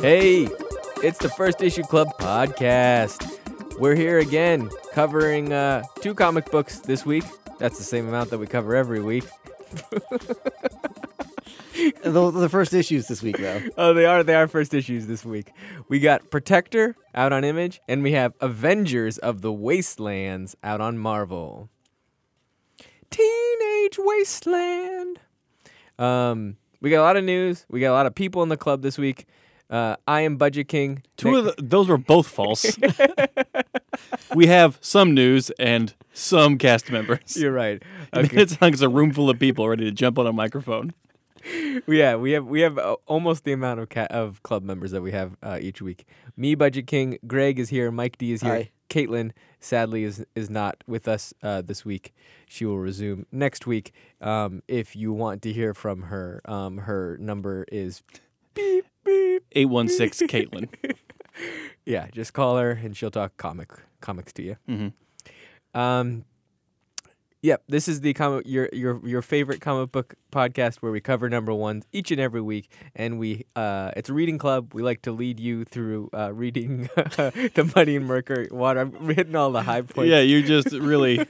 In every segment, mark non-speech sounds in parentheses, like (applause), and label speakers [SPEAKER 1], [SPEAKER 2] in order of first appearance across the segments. [SPEAKER 1] Hey, it's the First Issue Club podcast. We're here again covering uh, two comic books this week. That's the same amount that we cover every week.
[SPEAKER 2] the, the first issues this week, (laughs) though.
[SPEAKER 1] Oh, they are they are first issues this week. We got Protector out on Image, and we have Avengers of the Wastelands out on Marvel. Teenage Wasteland. Um, we got a lot of news. We got a lot of people in the club this week. Uh, I am Budget King.
[SPEAKER 3] Two of the, those were both false. we have some news and some cast members. (laughs)
[SPEAKER 1] You're right.
[SPEAKER 3] And then It's like it's a room full of people ready to jump on a microphone.
[SPEAKER 1] Yeah, we have we have uh, almost the amount of ca- of club members that we have uh, each week. Me, Budget King, Greg is here, Mike D is here,
[SPEAKER 2] Hi.
[SPEAKER 1] Caitlin sadly is is not with us uh, this week. She will resume next week. Um, if you want to hear from her, um, her number is beep beep.
[SPEAKER 3] 816 Caitlin.
[SPEAKER 1] Yeah, just call her and she'll talk comic comics to you.
[SPEAKER 3] Mhm.
[SPEAKER 1] Um, yep, this is the comic your your your favorite comic book podcast where we cover number ones each and every week, and we uh, it's a reading club. We like to lead you through uh, reading (laughs) the Money and Mercury Water. I'm hitting all the high points.
[SPEAKER 3] Yeah, (laughs) you're just really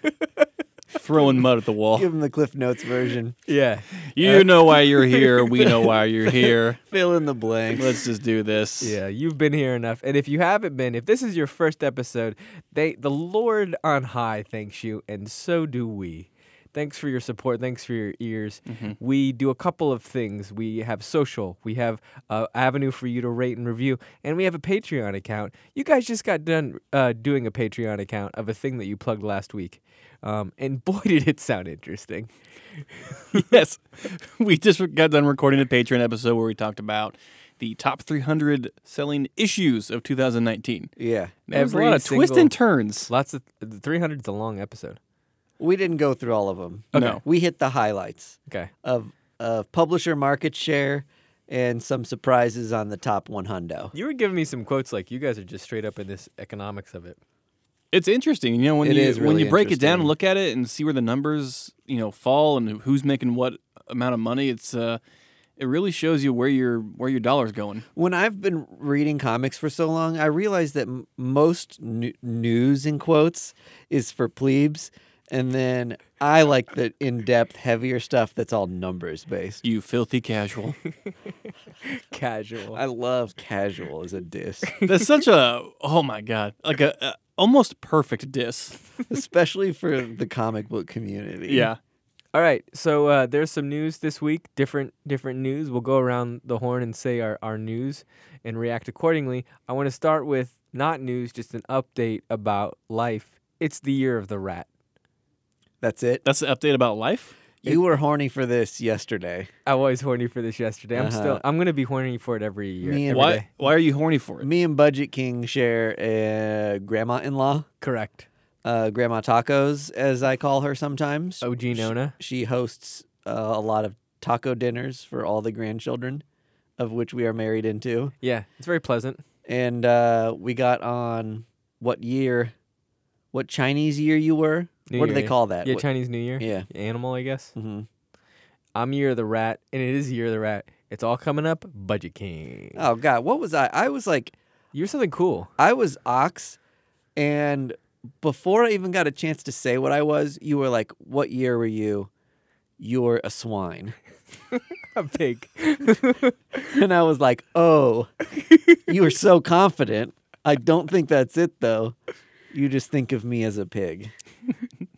[SPEAKER 3] throwing mud at the wall.
[SPEAKER 2] Give him the Cliff Notes version.
[SPEAKER 1] yeah.
[SPEAKER 3] You know why you're here. We know why you're here.
[SPEAKER 2] Fill in the blanks.
[SPEAKER 3] Let's just do this.
[SPEAKER 1] Yeah, you've been here enough. And if you haven't been, if this is your first episode, they the Lord on high thanks you, and so do we. Thanks for your support. Thanks for your ears. We do a couple of things. We have social. We have an avenue for you to rate and review, and we have a Patreon account. You guys just got done uh, doing a Patreon account of a thing that you plugged last week, um, and (laughs) boy, did it sound interesting.
[SPEAKER 3] (laughs) Yes. We just got done recording a Patreon episode where we talked about the top 300 selling issues of 2019.
[SPEAKER 2] Yeah.
[SPEAKER 3] There was a
[SPEAKER 1] Every
[SPEAKER 3] lot of twists
[SPEAKER 1] single-
[SPEAKER 3] and turns.
[SPEAKER 1] Lots of 300 is a long episode.
[SPEAKER 2] We didn't go through all of them.
[SPEAKER 3] No.
[SPEAKER 2] We hit the highlights
[SPEAKER 1] Okay.
[SPEAKER 2] of, of publisher market share and some surprises on the top 100.
[SPEAKER 1] You were giving me some quotes like you guys are just straight up in this economics of it.
[SPEAKER 3] It's interesting, you know, when
[SPEAKER 2] It
[SPEAKER 3] you
[SPEAKER 2] is
[SPEAKER 3] when
[SPEAKER 2] really
[SPEAKER 3] you break it down and
[SPEAKER 2] interesting.
[SPEAKER 3] look at it and see where the numbers, you know, fall and who's making what amount of money. It's uh, it really shows you where your where your dollar's going.
[SPEAKER 2] When I've been reading comics for so long, I realized that m- most nu- news in quotes is for plebes. And then I like the in depth, heavier stuff that's all numbers based.
[SPEAKER 3] You filthy casual.
[SPEAKER 1] Casual.
[SPEAKER 2] I love casual as a diss.
[SPEAKER 3] (laughs) That's such a oh my god, like a, a almost perfect diss.
[SPEAKER 2] especially for the comic book community.
[SPEAKER 3] Yeah,
[SPEAKER 1] All right, so uh, there's some news this week. Different different news. We'll go around the horn and say our, our news and react accordingly. I want to start with not news, just an update about life. It's the year of the rat.
[SPEAKER 2] that's it.
[SPEAKER 3] that's the update about life.
[SPEAKER 2] You were horny for this yesterday.
[SPEAKER 1] I was horny for this yesterday. I'm still.
[SPEAKER 2] Uh-huh.
[SPEAKER 1] I'm gonna be horny for it every year.
[SPEAKER 2] Me and-
[SPEAKER 1] every
[SPEAKER 3] Why
[SPEAKER 1] day.
[SPEAKER 3] why are you horny for it?
[SPEAKER 2] Me and Budget King share a grandma-in-law,
[SPEAKER 1] Correct.
[SPEAKER 2] uh, Grandma Tacos, as I call her sometimes.
[SPEAKER 1] OG Nona.
[SPEAKER 2] She hosts uh, a lot of taco dinners for all the grandchildren, of which we are married into.
[SPEAKER 1] Yeah, it's very pleasant.
[SPEAKER 2] And uh, we got on what year? What Chinese year you were?
[SPEAKER 1] New
[SPEAKER 2] what do
[SPEAKER 1] Year,
[SPEAKER 2] they call that?
[SPEAKER 1] Yeah,
[SPEAKER 2] What-
[SPEAKER 1] Chinese New Year.
[SPEAKER 2] yeah.
[SPEAKER 1] Animal, I guess.
[SPEAKER 2] hmm
[SPEAKER 1] I'm Year of the Rat, and it is Year of the Rat. It's all coming up. Budget King.
[SPEAKER 2] Oh God, what was I? I was like
[SPEAKER 1] You're something cool.
[SPEAKER 2] (laughs) I was Ox, and before I even got a chance to say what I was, you were like, "What year were you?" You're a swine, (laughs)
[SPEAKER 1] A (laughs) pig.
[SPEAKER 2] and I was like, "Oh, you were so confident." I don't think that's it though. You just think of me as a pig.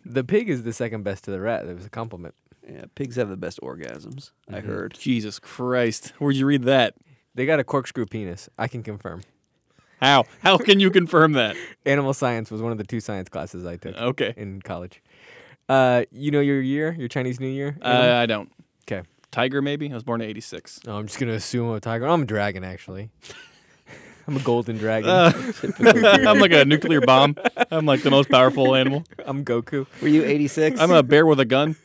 [SPEAKER 1] the pig is the second best to the rat. That was a compliment.
[SPEAKER 2] Yeah, pigs have the best orgasms. I heard.
[SPEAKER 3] Jesus Christ, where'd you read that?
[SPEAKER 1] They got a corkscrew penis. I can confirm.
[SPEAKER 3] How how can you confirm that?
[SPEAKER 1] Animal science was one of the two science classes I took
[SPEAKER 3] Okay,
[SPEAKER 1] in college. Uh, you know your year, your Chinese New Year.
[SPEAKER 3] uh, I don't.
[SPEAKER 1] okay.
[SPEAKER 3] Tiger maybe. I was born in '86.
[SPEAKER 1] Oh, I'm just gonna assume I'm a tiger. I'm a dragon actually. (laughs) I'm a golden dragon.
[SPEAKER 3] Uh. I'm like a nuclear bomb. I'm like the most powerful animal.
[SPEAKER 1] (laughs) I'm Goku. (laughs)
[SPEAKER 2] Were you 86?
[SPEAKER 3] I'm a bear with a (laughs) gun.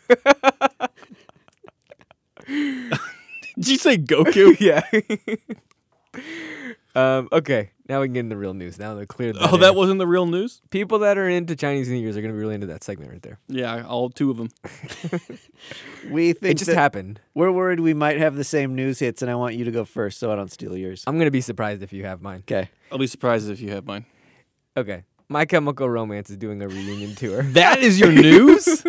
[SPEAKER 3] Did you say Goku? (laughs)
[SPEAKER 1] yeah. (laughs) um, okay. Now we can get into real news. Now they cleared.
[SPEAKER 3] Oh,
[SPEAKER 1] air.
[SPEAKER 3] that wasn't the real news?
[SPEAKER 1] people that are into Chinese New Year's are going to be really into that segment right there.
[SPEAKER 3] Yeah, all two of them.
[SPEAKER 2] We think
[SPEAKER 1] It just
[SPEAKER 2] that-
[SPEAKER 1] happened.
[SPEAKER 2] We're worried we might have the same news hits, and I want you to go first so I don't steal yours.
[SPEAKER 1] I'm going to be surprised if you have mine.
[SPEAKER 2] Okay.
[SPEAKER 3] I'll be surprised if you have mine.
[SPEAKER 1] Okay. My Chemical Romance is doing a reunion tour. (laughs)
[SPEAKER 3] That is your news?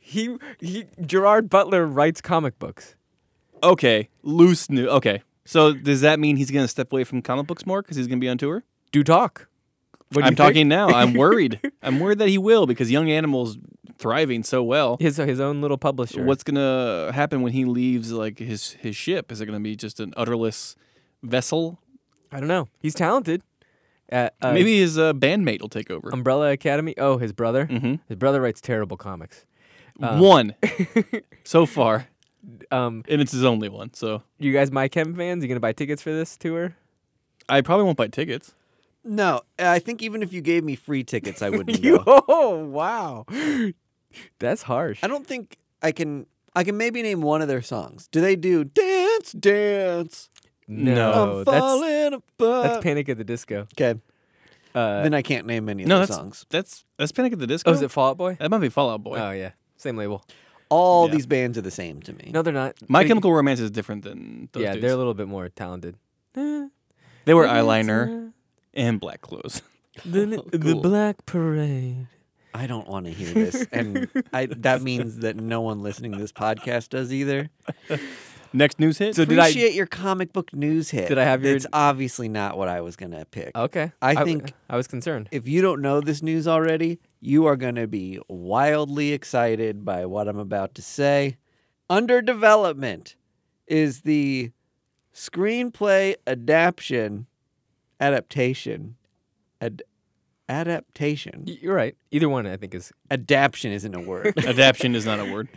[SPEAKER 1] He, he Gerard Butler writes comic books.
[SPEAKER 3] (laughs) okay, loose news. Okay. So does that mean he's going to step away from comic books more because he's going to be on tour?
[SPEAKER 1] Do talk. What do
[SPEAKER 3] I'm
[SPEAKER 1] you think?
[SPEAKER 3] talking now. (laughs) I'm worried. I'm worried that he will because Young Animal's thriving so well.
[SPEAKER 1] his his own little publisher.
[SPEAKER 3] What's gonna happen when he leaves? Like his his ship is it gonna be just an utterless vessel?
[SPEAKER 1] I don't know. He's talented. Uh, uh,
[SPEAKER 3] Maybe his uh, bandmate will take over.
[SPEAKER 1] Umbrella Academy. Oh, his brother.
[SPEAKER 3] Mm.
[SPEAKER 1] His brother writes terrible comics. (laughs)
[SPEAKER 3] Mm-hmm. one so far,
[SPEAKER 1] Um,
[SPEAKER 3] and it's his only one. So
[SPEAKER 1] you guys, my Chem fans, you gonna buy tickets for this tour?
[SPEAKER 3] I probably won't buy tickets.
[SPEAKER 2] No, I think even if you gave me free tickets,
[SPEAKER 1] (laughs)
[SPEAKER 2] I wouldn't go.
[SPEAKER 1] Oh wow, that's harsh.
[SPEAKER 2] I don't think I can. I can maybe name one of their songs. Do they do dance, dance?
[SPEAKER 1] No,
[SPEAKER 2] I'm
[SPEAKER 1] Oh, that's
[SPEAKER 2] falling apart.
[SPEAKER 1] that's Panic at the Disco.
[SPEAKER 2] okay.
[SPEAKER 1] Uh,
[SPEAKER 2] then I can't name any of
[SPEAKER 3] No,
[SPEAKER 2] their
[SPEAKER 3] that's
[SPEAKER 2] songs.
[SPEAKER 3] that's that's Panic at the Disco.
[SPEAKER 1] oh, is it Fall Out Boy?
[SPEAKER 3] that might be Fallout Boy.
[SPEAKER 1] Oh yeah, same label.
[SPEAKER 2] All
[SPEAKER 3] yeah.
[SPEAKER 2] these bands are the same to me.
[SPEAKER 1] No, they're not.
[SPEAKER 3] My
[SPEAKER 1] They-
[SPEAKER 3] Chemical Romance is different than those
[SPEAKER 1] Yeah,
[SPEAKER 3] dudes.
[SPEAKER 1] they're a little bit more talented. Eh,
[SPEAKER 3] they were
[SPEAKER 1] uh,
[SPEAKER 3] eyeliner and black clothes. (laughs)
[SPEAKER 1] The, (laughs) the
[SPEAKER 2] cool.
[SPEAKER 1] Black Parade.
[SPEAKER 2] I don't want to hear this,
[SPEAKER 1] (laughs)
[SPEAKER 2] and I, that means that no one listening to this podcast does either.
[SPEAKER 3] Next news hit.
[SPEAKER 1] So did I-
[SPEAKER 2] Appreciate your comic book news hit.
[SPEAKER 1] Did I have your-
[SPEAKER 2] It's obviously not what I was gonna pick.
[SPEAKER 1] Okay,
[SPEAKER 2] I
[SPEAKER 1] w-
[SPEAKER 2] think-
[SPEAKER 1] I was concerned.
[SPEAKER 2] if you don't know this news already, you are going to be wildly excited by what I'm about to say. Under development is the screenplay adaptation, adaptation, ad, adaptation.
[SPEAKER 1] Y- You're right. Either one, I think, is.
[SPEAKER 2] Adaption isn't a
[SPEAKER 3] (laughs)
[SPEAKER 2] word.
[SPEAKER 3] (laughs) Adaption is not a word.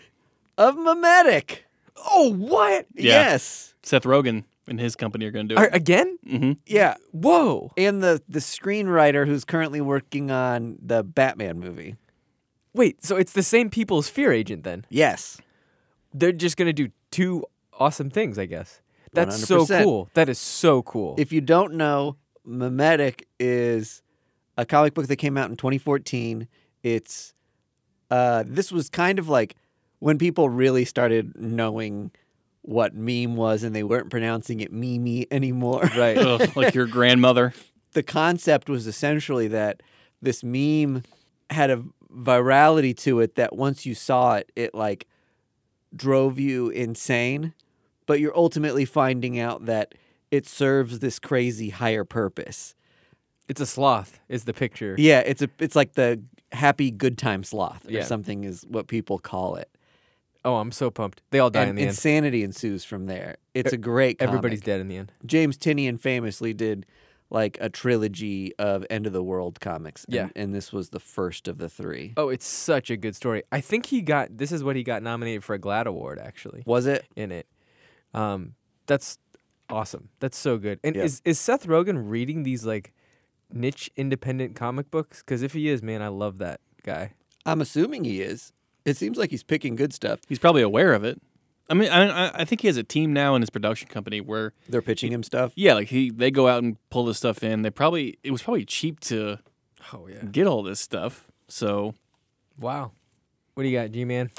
[SPEAKER 2] of mimetic.
[SPEAKER 1] Oh, what?
[SPEAKER 3] Yeah.
[SPEAKER 2] Yes.
[SPEAKER 3] Seth Rogen and his company are going to do
[SPEAKER 1] Are,
[SPEAKER 3] it.
[SPEAKER 1] again? (laughs)
[SPEAKER 3] hmm
[SPEAKER 2] Yeah.
[SPEAKER 1] Whoa.
[SPEAKER 2] And the the screenwriter who's currently working on the Batman movie.
[SPEAKER 1] Wait, so it's the same people as Fear Agent then?
[SPEAKER 2] Yes.
[SPEAKER 1] They're just going to do two awesome things, I guess. That's so
[SPEAKER 2] 100%.
[SPEAKER 1] cool. That is so cool.
[SPEAKER 2] If you don't know, Mimetic is a comic book that came out in 2014. It's uh, this was kind of like when people really started knowing what meme was and they weren't pronouncing it meme anymore. (laughs)
[SPEAKER 1] right.
[SPEAKER 3] Ugh, like your grandmother.
[SPEAKER 2] the concept was essentially that this meme had a virality to it that once you saw it, it like drove you insane, but you're ultimately finding out that it serves this crazy higher purpose.
[SPEAKER 1] It's a sloth, is the picture.
[SPEAKER 2] Yeah, it's a it's like the happy good time sloth or
[SPEAKER 1] Yeah.
[SPEAKER 2] something is what people call it.
[SPEAKER 1] Oh, I'm so pumped. They all die in
[SPEAKER 2] And
[SPEAKER 1] the end.
[SPEAKER 2] insanity ensues from there. It's a great comic.
[SPEAKER 1] Everybody's dead in the end.
[SPEAKER 2] James Tinian famously did like a trilogy of end of the world comics.
[SPEAKER 1] Yeah.
[SPEAKER 2] And, and this was the first of the three.
[SPEAKER 1] Oh, it's such a good story. I think he got this is what he got nominated for a Glad Award actually
[SPEAKER 2] Was it?
[SPEAKER 1] in it. Um, that's awesome. That's so good. And
[SPEAKER 2] Yeah.
[SPEAKER 1] is is Seth Rogen reading these like niche independent comic books? Because if he is, man, I love that guy.
[SPEAKER 2] I'm assuming he is. It seems like he's picking good stuff.
[SPEAKER 3] He's probably aware of it. I mean, I, I- I think he has a team now in his production company where,
[SPEAKER 2] They're pitching him stuff.
[SPEAKER 3] yeah, like he they go out and pull this stuff in. They probably it was probably cheap to
[SPEAKER 1] Oh yeah.
[SPEAKER 3] get all this stuff. So,
[SPEAKER 1] Wow. What do you got, G Man?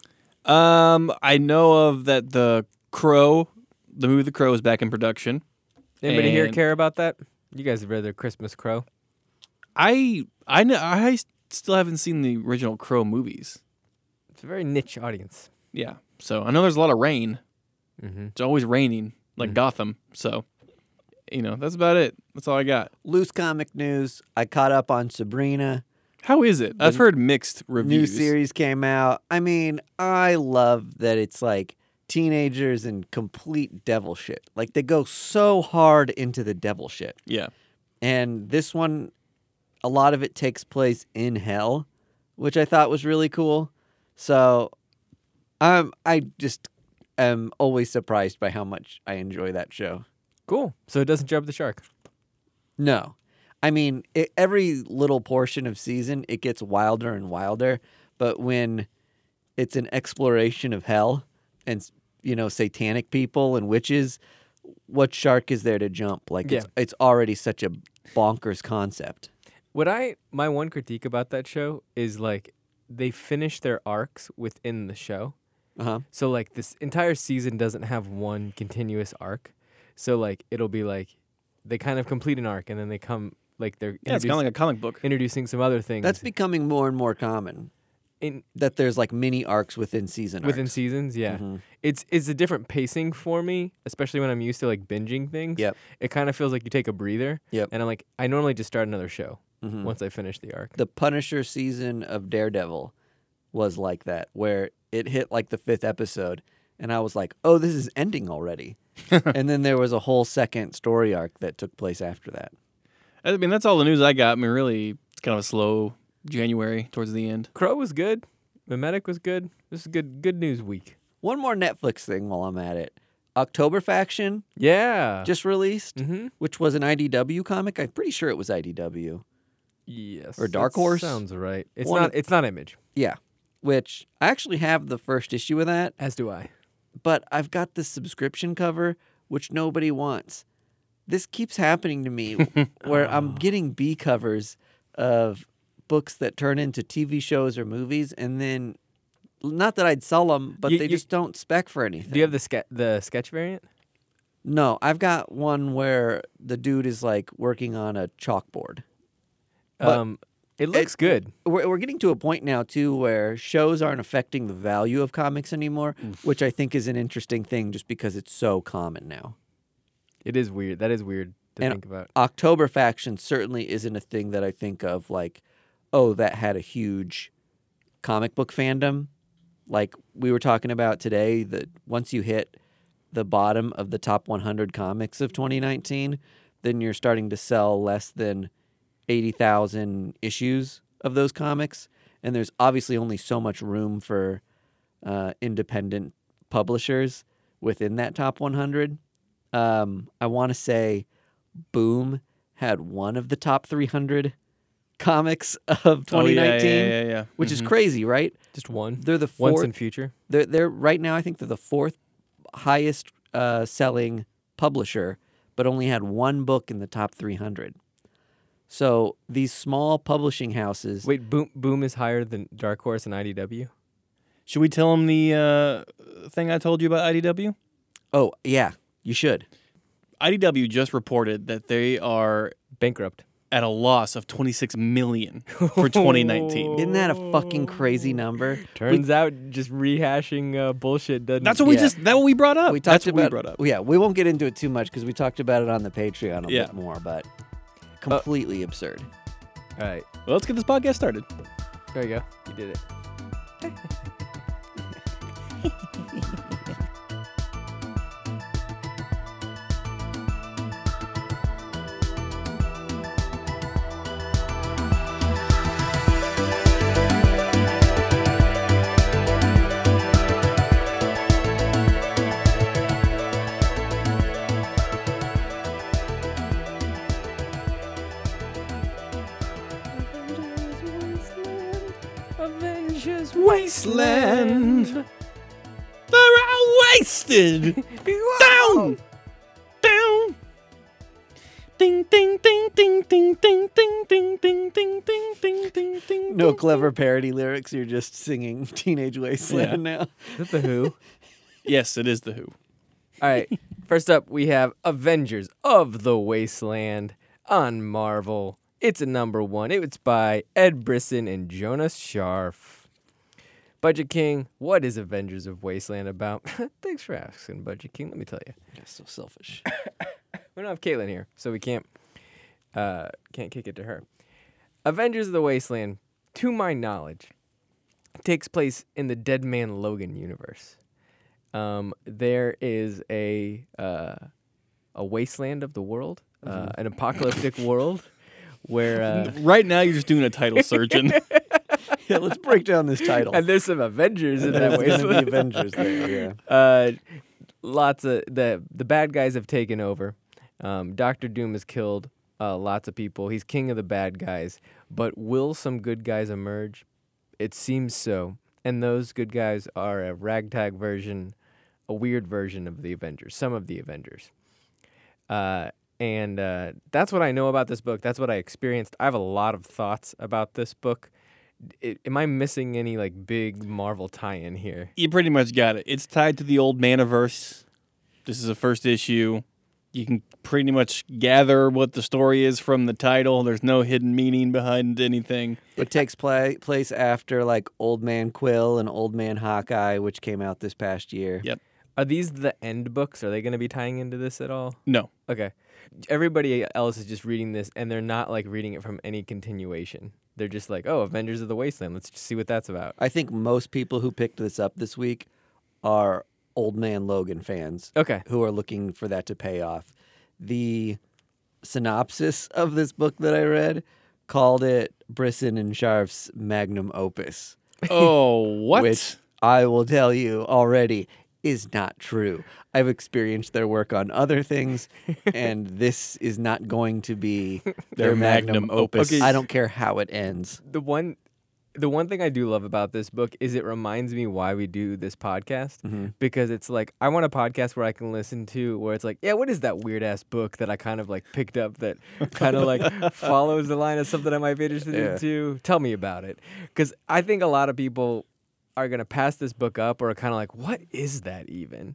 [SPEAKER 3] um, I know of that the Crow, the movie The Crow is back in production.
[SPEAKER 1] Anybody here
[SPEAKER 3] And-
[SPEAKER 1] care about that? You guys have read the Christmas Crow.
[SPEAKER 3] I I know I still haven't seen the original Crow movies.
[SPEAKER 1] It's a very niche audience.
[SPEAKER 3] Yeah, so I know there's a lot of rain.
[SPEAKER 1] Mm-hmm.
[SPEAKER 3] It's always raining, like Gotham. So, you know, that's about it. That's all I got.
[SPEAKER 2] Loose comic news. I caught up on Sabrina.
[SPEAKER 3] How is it? I've heard mixed
[SPEAKER 2] New
[SPEAKER 3] reviews.
[SPEAKER 2] series came out. I mean, I love that it's like teenagers and complete devil shit. Like they go so hard into the devil shit.
[SPEAKER 3] Yeah.
[SPEAKER 2] And this one, a lot of it takes place in hell, which I thought was really cool. So, um, I just am always surprised by how much I enjoy that show.
[SPEAKER 1] Cool. So it doesn't jump the shark.
[SPEAKER 2] No. I mean, it, every little portion of season, it gets wilder and wilder. But when it's an exploration of hell and, you know, satanic people and witches, what shark is there to jump? Like, it's, it's already such a bonkers concept.
[SPEAKER 1] What I my one critique about that show is like they finish their arcs within the show.
[SPEAKER 2] Uh-huh.
[SPEAKER 1] So like this entire season doesn't have one continuous arc. So like it'll be like they kind of complete an arc and then they come like they're
[SPEAKER 3] Yeah, it's kind of like a comic book.
[SPEAKER 1] introducing some other things
[SPEAKER 2] That's becoming more and more common
[SPEAKER 1] in
[SPEAKER 2] that there's like mini arcs within season arcs.
[SPEAKER 1] within seasons. Yeah,
[SPEAKER 2] Mm-hmm.
[SPEAKER 1] it's it's a different pacing for me, especially when I'm used to like binging things.
[SPEAKER 2] Yep.
[SPEAKER 1] it kind of feels like you take a breather.
[SPEAKER 2] Yep. Mm-hmm.
[SPEAKER 1] and I'm like I normally just start another show once I finish the arc.
[SPEAKER 2] the Punisher season of Daredevil was like that, where it hit like the fifth episode, and I was like, "Oh, this is ending already." and then there was a whole second story arc that took place after that.
[SPEAKER 3] I mean, that's all the news I got. I mean, really, it's kind of a slow January towards the end.
[SPEAKER 1] Crow was good. Mimetic was good. This is good. Good news week.
[SPEAKER 2] One more Netflix thing while I'm at it. October Faction
[SPEAKER 1] Yeah.
[SPEAKER 2] just released,
[SPEAKER 1] Mhm.
[SPEAKER 2] which was an IDW comic. I'm pretty sure it was IDW.
[SPEAKER 1] yes.
[SPEAKER 2] or Dark
[SPEAKER 1] that
[SPEAKER 2] Horse?
[SPEAKER 1] sounds right. It's
[SPEAKER 2] One
[SPEAKER 1] not.
[SPEAKER 2] of-
[SPEAKER 1] It's not Image.
[SPEAKER 2] Yeah. Which I actually have the first issue of that,
[SPEAKER 1] As do I.
[SPEAKER 2] but I've got this subscription cover which nobody wants. This keeps happening
[SPEAKER 1] (laughs)
[SPEAKER 2] to me where I'm
[SPEAKER 1] Oh.
[SPEAKER 2] getting B covers of books that turn into TV shows or movies and then not that I'd sell them, but
[SPEAKER 1] You-
[SPEAKER 2] they
[SPEAKER 1] you-
[SPEAKER 2] just don't spec for anything.
[SPEAKER 1] Do you have the ske- the sketch variant?
[SPEAKER 2] no, I've got one where the dude is like working on a chalkboard. But-
[SPEAKER 1] um, it looks good.
[SPEAKER 2] We're, we're getting to a point now too where shows aren't affecting the value of comics anymore, which I think is an interesting thing just because it's so common now.
[SPEAKER 1] It is weird. That is weird to
[SPEAKER 2] And-
[SPEAKER 1] think about.
[SPEAKER 2] October faction certainly isn't a thing that I think of like, oh, that had a huge comic book fandom. Like we were talking about today, that once you hit the bottom of the top 100 comics of 2019, then you're starting to sell less than 80,000 issues of those comics. And there's obviously only so much room for uh, independent publishers within that top 100. Um, I want to say Boom had one of the top 300 comics of 2019,
[SPEAKER 3] Oh, yeah, yeah, yeah, yeah, yeah.
[SPEAKER 2] which is crazy, right?
[SPEAKER 1] Just one.
[SPEAKER 2] They're the
[SPEAKER 1] Once
[SPEAKER 2] fourth
[SPEAKER 1] in future.
[SPEAKER 2] they're they're right now. I think they're the fourth highest uh, selling publisher, but only had one book in the top 300. So these small publishing houses,
[SPEAKER 1] Wait, Boom Boom is higher than Dark Horse and IDW.
[SPEAKER 3] Should we tell him the uh, thing I told you about IDW?
[SPEAKER 2] oh yeah, you should.
[SPEAKER 3] IDW just reported that they are
[SPEAKER 1] Bankrupt.
[SPEAKER 3] at a loss of 26 million
[SPEAKER 2] (laughs)
[SPEAKER 3] for 2019.
[SPEAKER 2] Isn't that a fucking crazy
[SPEAKER 3] Oh. (laughs)
[SPEAKER 2] number?
[SPEAKER 1] Turns out, just rehashing uh, bullshit doesn't.
[SPEAKER 3] That's what we
[SPEAKER 2] Yeah.
[SPEAKER 3] just that what we brought up.
[SPEAKER 2] We talked
[SPEAKER 3] That's what
[SPEAKER 2] about
[SPEAKER 3] we brought up.
[SPEAKER 2] yeah. We won't get into it too much because we talked about it on the Patreon a
[SPEAKER 3] Yeah. Uh,
[SPEAKER 2] bit more, but completely absurd.
[SPEAKER 1] All right.
[SPEAKER 3] Well, let's get this podcast started.
[SPEAKER 1] There you go. You did it. Avengers Wasteland.
[SPEAKER 3] They're all wasted. Down, down. Ding, ding, ding, ding, ding, ding, ding, ding, ding, ding, ding, ding, ding, ding.
[SPEAKER 2] No clever parody lyrics. You're just singing (laughs) Teenage Wasteland now.
[SPEAKER 1] Is that the Who?
[SPEAKER 3] Yes, it is the Who.
[SPEAKER 1] All right. (laughs) First up, we have Avengers of the Wasteland on Marvel. It's a number one. It's by Ed Brisson and Jonas Scharf. Budget King, what is Avengers of Wasteland about? (laughs) Thanks for asking, Budget King. Let me tell you.
[SPEAKER 2] You're so selfish.
[SPEAKER 1] We don't have Caitlin here, so we can't uh, can't kick it to her. Avengers of the Wasteland, to my knowledge, takes place in the Dead Man Logan universe. Um, there is a uh, a wasteland of the world, uh, an apocalyptic world where uh,
[SPEAKER 3] Right now, you're just doing a (laughs) title surgeon.
[SPEAKER 2] (laughs) yeah, let's break down this
[SPEAKER 3] (laughs)
[SPEAKER 2] title.
[SPEAKER 1] and there's some Avengers in
[SPEAKER 2] (laughs)
[SPEAKER 1] that (laughs)
[SPEAKER 2] There's
[SPEAKER 1] wasteland.
[SPEAKER 2] gonna be Avengers there, yeah.
[SPEAKER 1] uh, lots of the the bad guys have taken over. Um, Doctor Doom has killed uh, lots of people. He's king of the bad guys. But will some good guys emerge? It seems so. And those good guys are a ragtag version, a weird version of the Avengers. Some of the Avengers. Uh, And uh, that's what I know about this book. That's what I experienced. I have a lot of thoughts about this book. I am I missing any like big Marvel tie-in here?
[SPEAKER 3] You pretty much got it. It's tied to the old Maniverse. This is the first issue. You can pretty much gather what the story is from the title. There's no hidden meaning behind anything.
[SPEAKER 2] It takes pla place after like Old Man Quill and Old Man Hawkeye, which came out this past year.
[SPEAKER 3] Yep.
[SPEAKER 1] Are these the end books? Are they going to be tying into this at all?
[SPEAKER 3] (laughs) No.
[SPEAKER 1] Okay. Everybody else is just reading this and they're not like reading it from any continuation. They're just like, "Oh, Avengers of the Wasteland. Let's just see what that's about."
[SPEAKER 2] I think most people who picked this up this week are Old Man Logan fans
[SPEAKER 1] Okay.
[SPEAKER 2] who are looking for that to pay off. The synopsis of this book that I read called it Brisson and Sharf's magnum opus,
[SPEAKER 3] Oh, what?
[SPEAKER 2] which I will tell you already is not true. I've experienced their work on other things, and this is not going to be their,
[SPEAKER 3] magnum opus.
[SPEAKER 2] I don't care how it ends.
[SPEAKER 1] The one the one thing I do love about this book is it reminds me why we do this podcast
[SPEAKER 3] Mm-hmm.
[SPEAKER 1] because it's like I want a podcast where I can listen to where it's like, "Yeah, what is that weird ass book that I kind of like picked up that kind of
[SPEAKER 3] (laughs)
[SPEAKER 1] like follows the line of something I might be interested
[SPEAKER 2] Yeah.
[SPEAKER 1] into? Tell me about it." Cuz I think a lot of people are going to pass this book up or are kind of like, "What is that even?"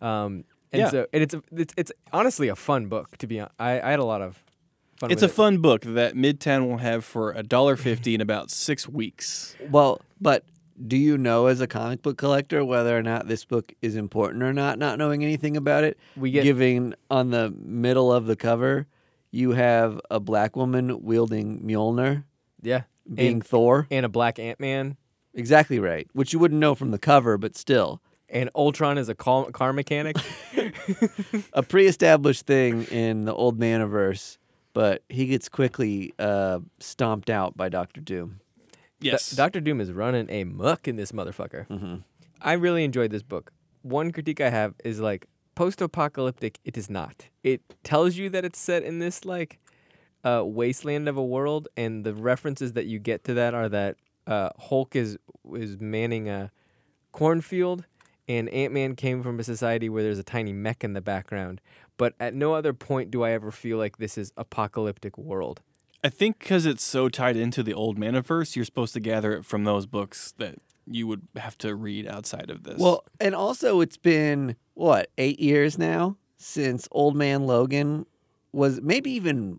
[SPEAKER 1] Um and
[SPEAKER 3] Yeah.
[SPEAKER 1] so and it's, a, it's it's honestly a fun book to be on. I, I had a lot of fun
[SPEAKER 3] It's a
[SPEAKER 1] with it.
[SPEAKER 3] fun book that Midtown will have for $1.50 in about six weeks.
[SPEAKER 2] Well, but do you know as a comic book collector whether or not this book is important or not? Not knowing anything about it,
[SPEAKER 1] We get-
[SPEAKER 2] giving on the middle of the cover, you have a black woman wielding Mjolnir,
[SPEAKER 1] yeah.
[SPEAKER 2] being
[SPEAKER 1] and,
[SPEAKER 2] Thor.
[SPEAKER 1] and a black Ant-Man.
[SPEAKER 2] exactly right, which you wouldn't know from the cover, but still
[SPEAKER 1] and Ultron is a car, car mechanic.
[SPEAKER 2] a pre-established thing in the old maniverse. But he gets quickly uh, stomped out by Doctor Doom.
[SPEAKER 3] Yes.
[SPEAKER 1] Doctor Doom is running a muck in this motherfucker. I really enjoyed this book. One critique I have is like post-apocalyptic. It is not. It tells you that it's set in this like uh, wasteland of a world, and the references that you get to that are that uh, Hulk is is manning a cornfield, and Ant Man came from a society where there's a tiny mech in the background. But at no other point do I ever feel like this is apocalyptic world.
[SPEAKER 3] I think because it's so tied into the old Maniverse, you're supposed to gather it from those books that you would have to read outside of this.
[SPEAKER 2] Well, and also it's been what eight years now since Old Man Logan was maybe even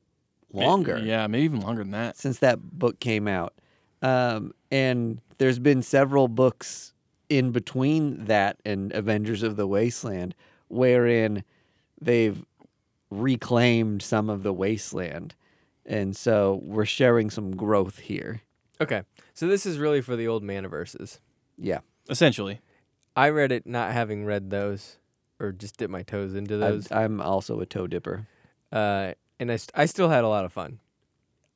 [SPEAKER 3] Ma-
[SPEAKER 2] longer
[SPEAKER 3] Yeah, maybe even longer than that.
[SPEAKER 2] since that book came out, um, and there's been several books in between that and Avengers of the Wasteland, wherein they've reclaimed some of the wasteland, and so we're sharing some growth here.
[SPEAKER 1] Okay, so this is really for the old maniverses.
[SPEAKER 2] Yeah,
[SPEAKER 3] Essentially.
[SPEAKER 1] I read it not having read those, or just dipped my toes into
[SPEAKER 2] I,
[SPEAKER 1] those,
[SPEAKER 2] I'm also a toe dipper.
[SPEAKER 1] uh, and I, st- I still had a lot of fun.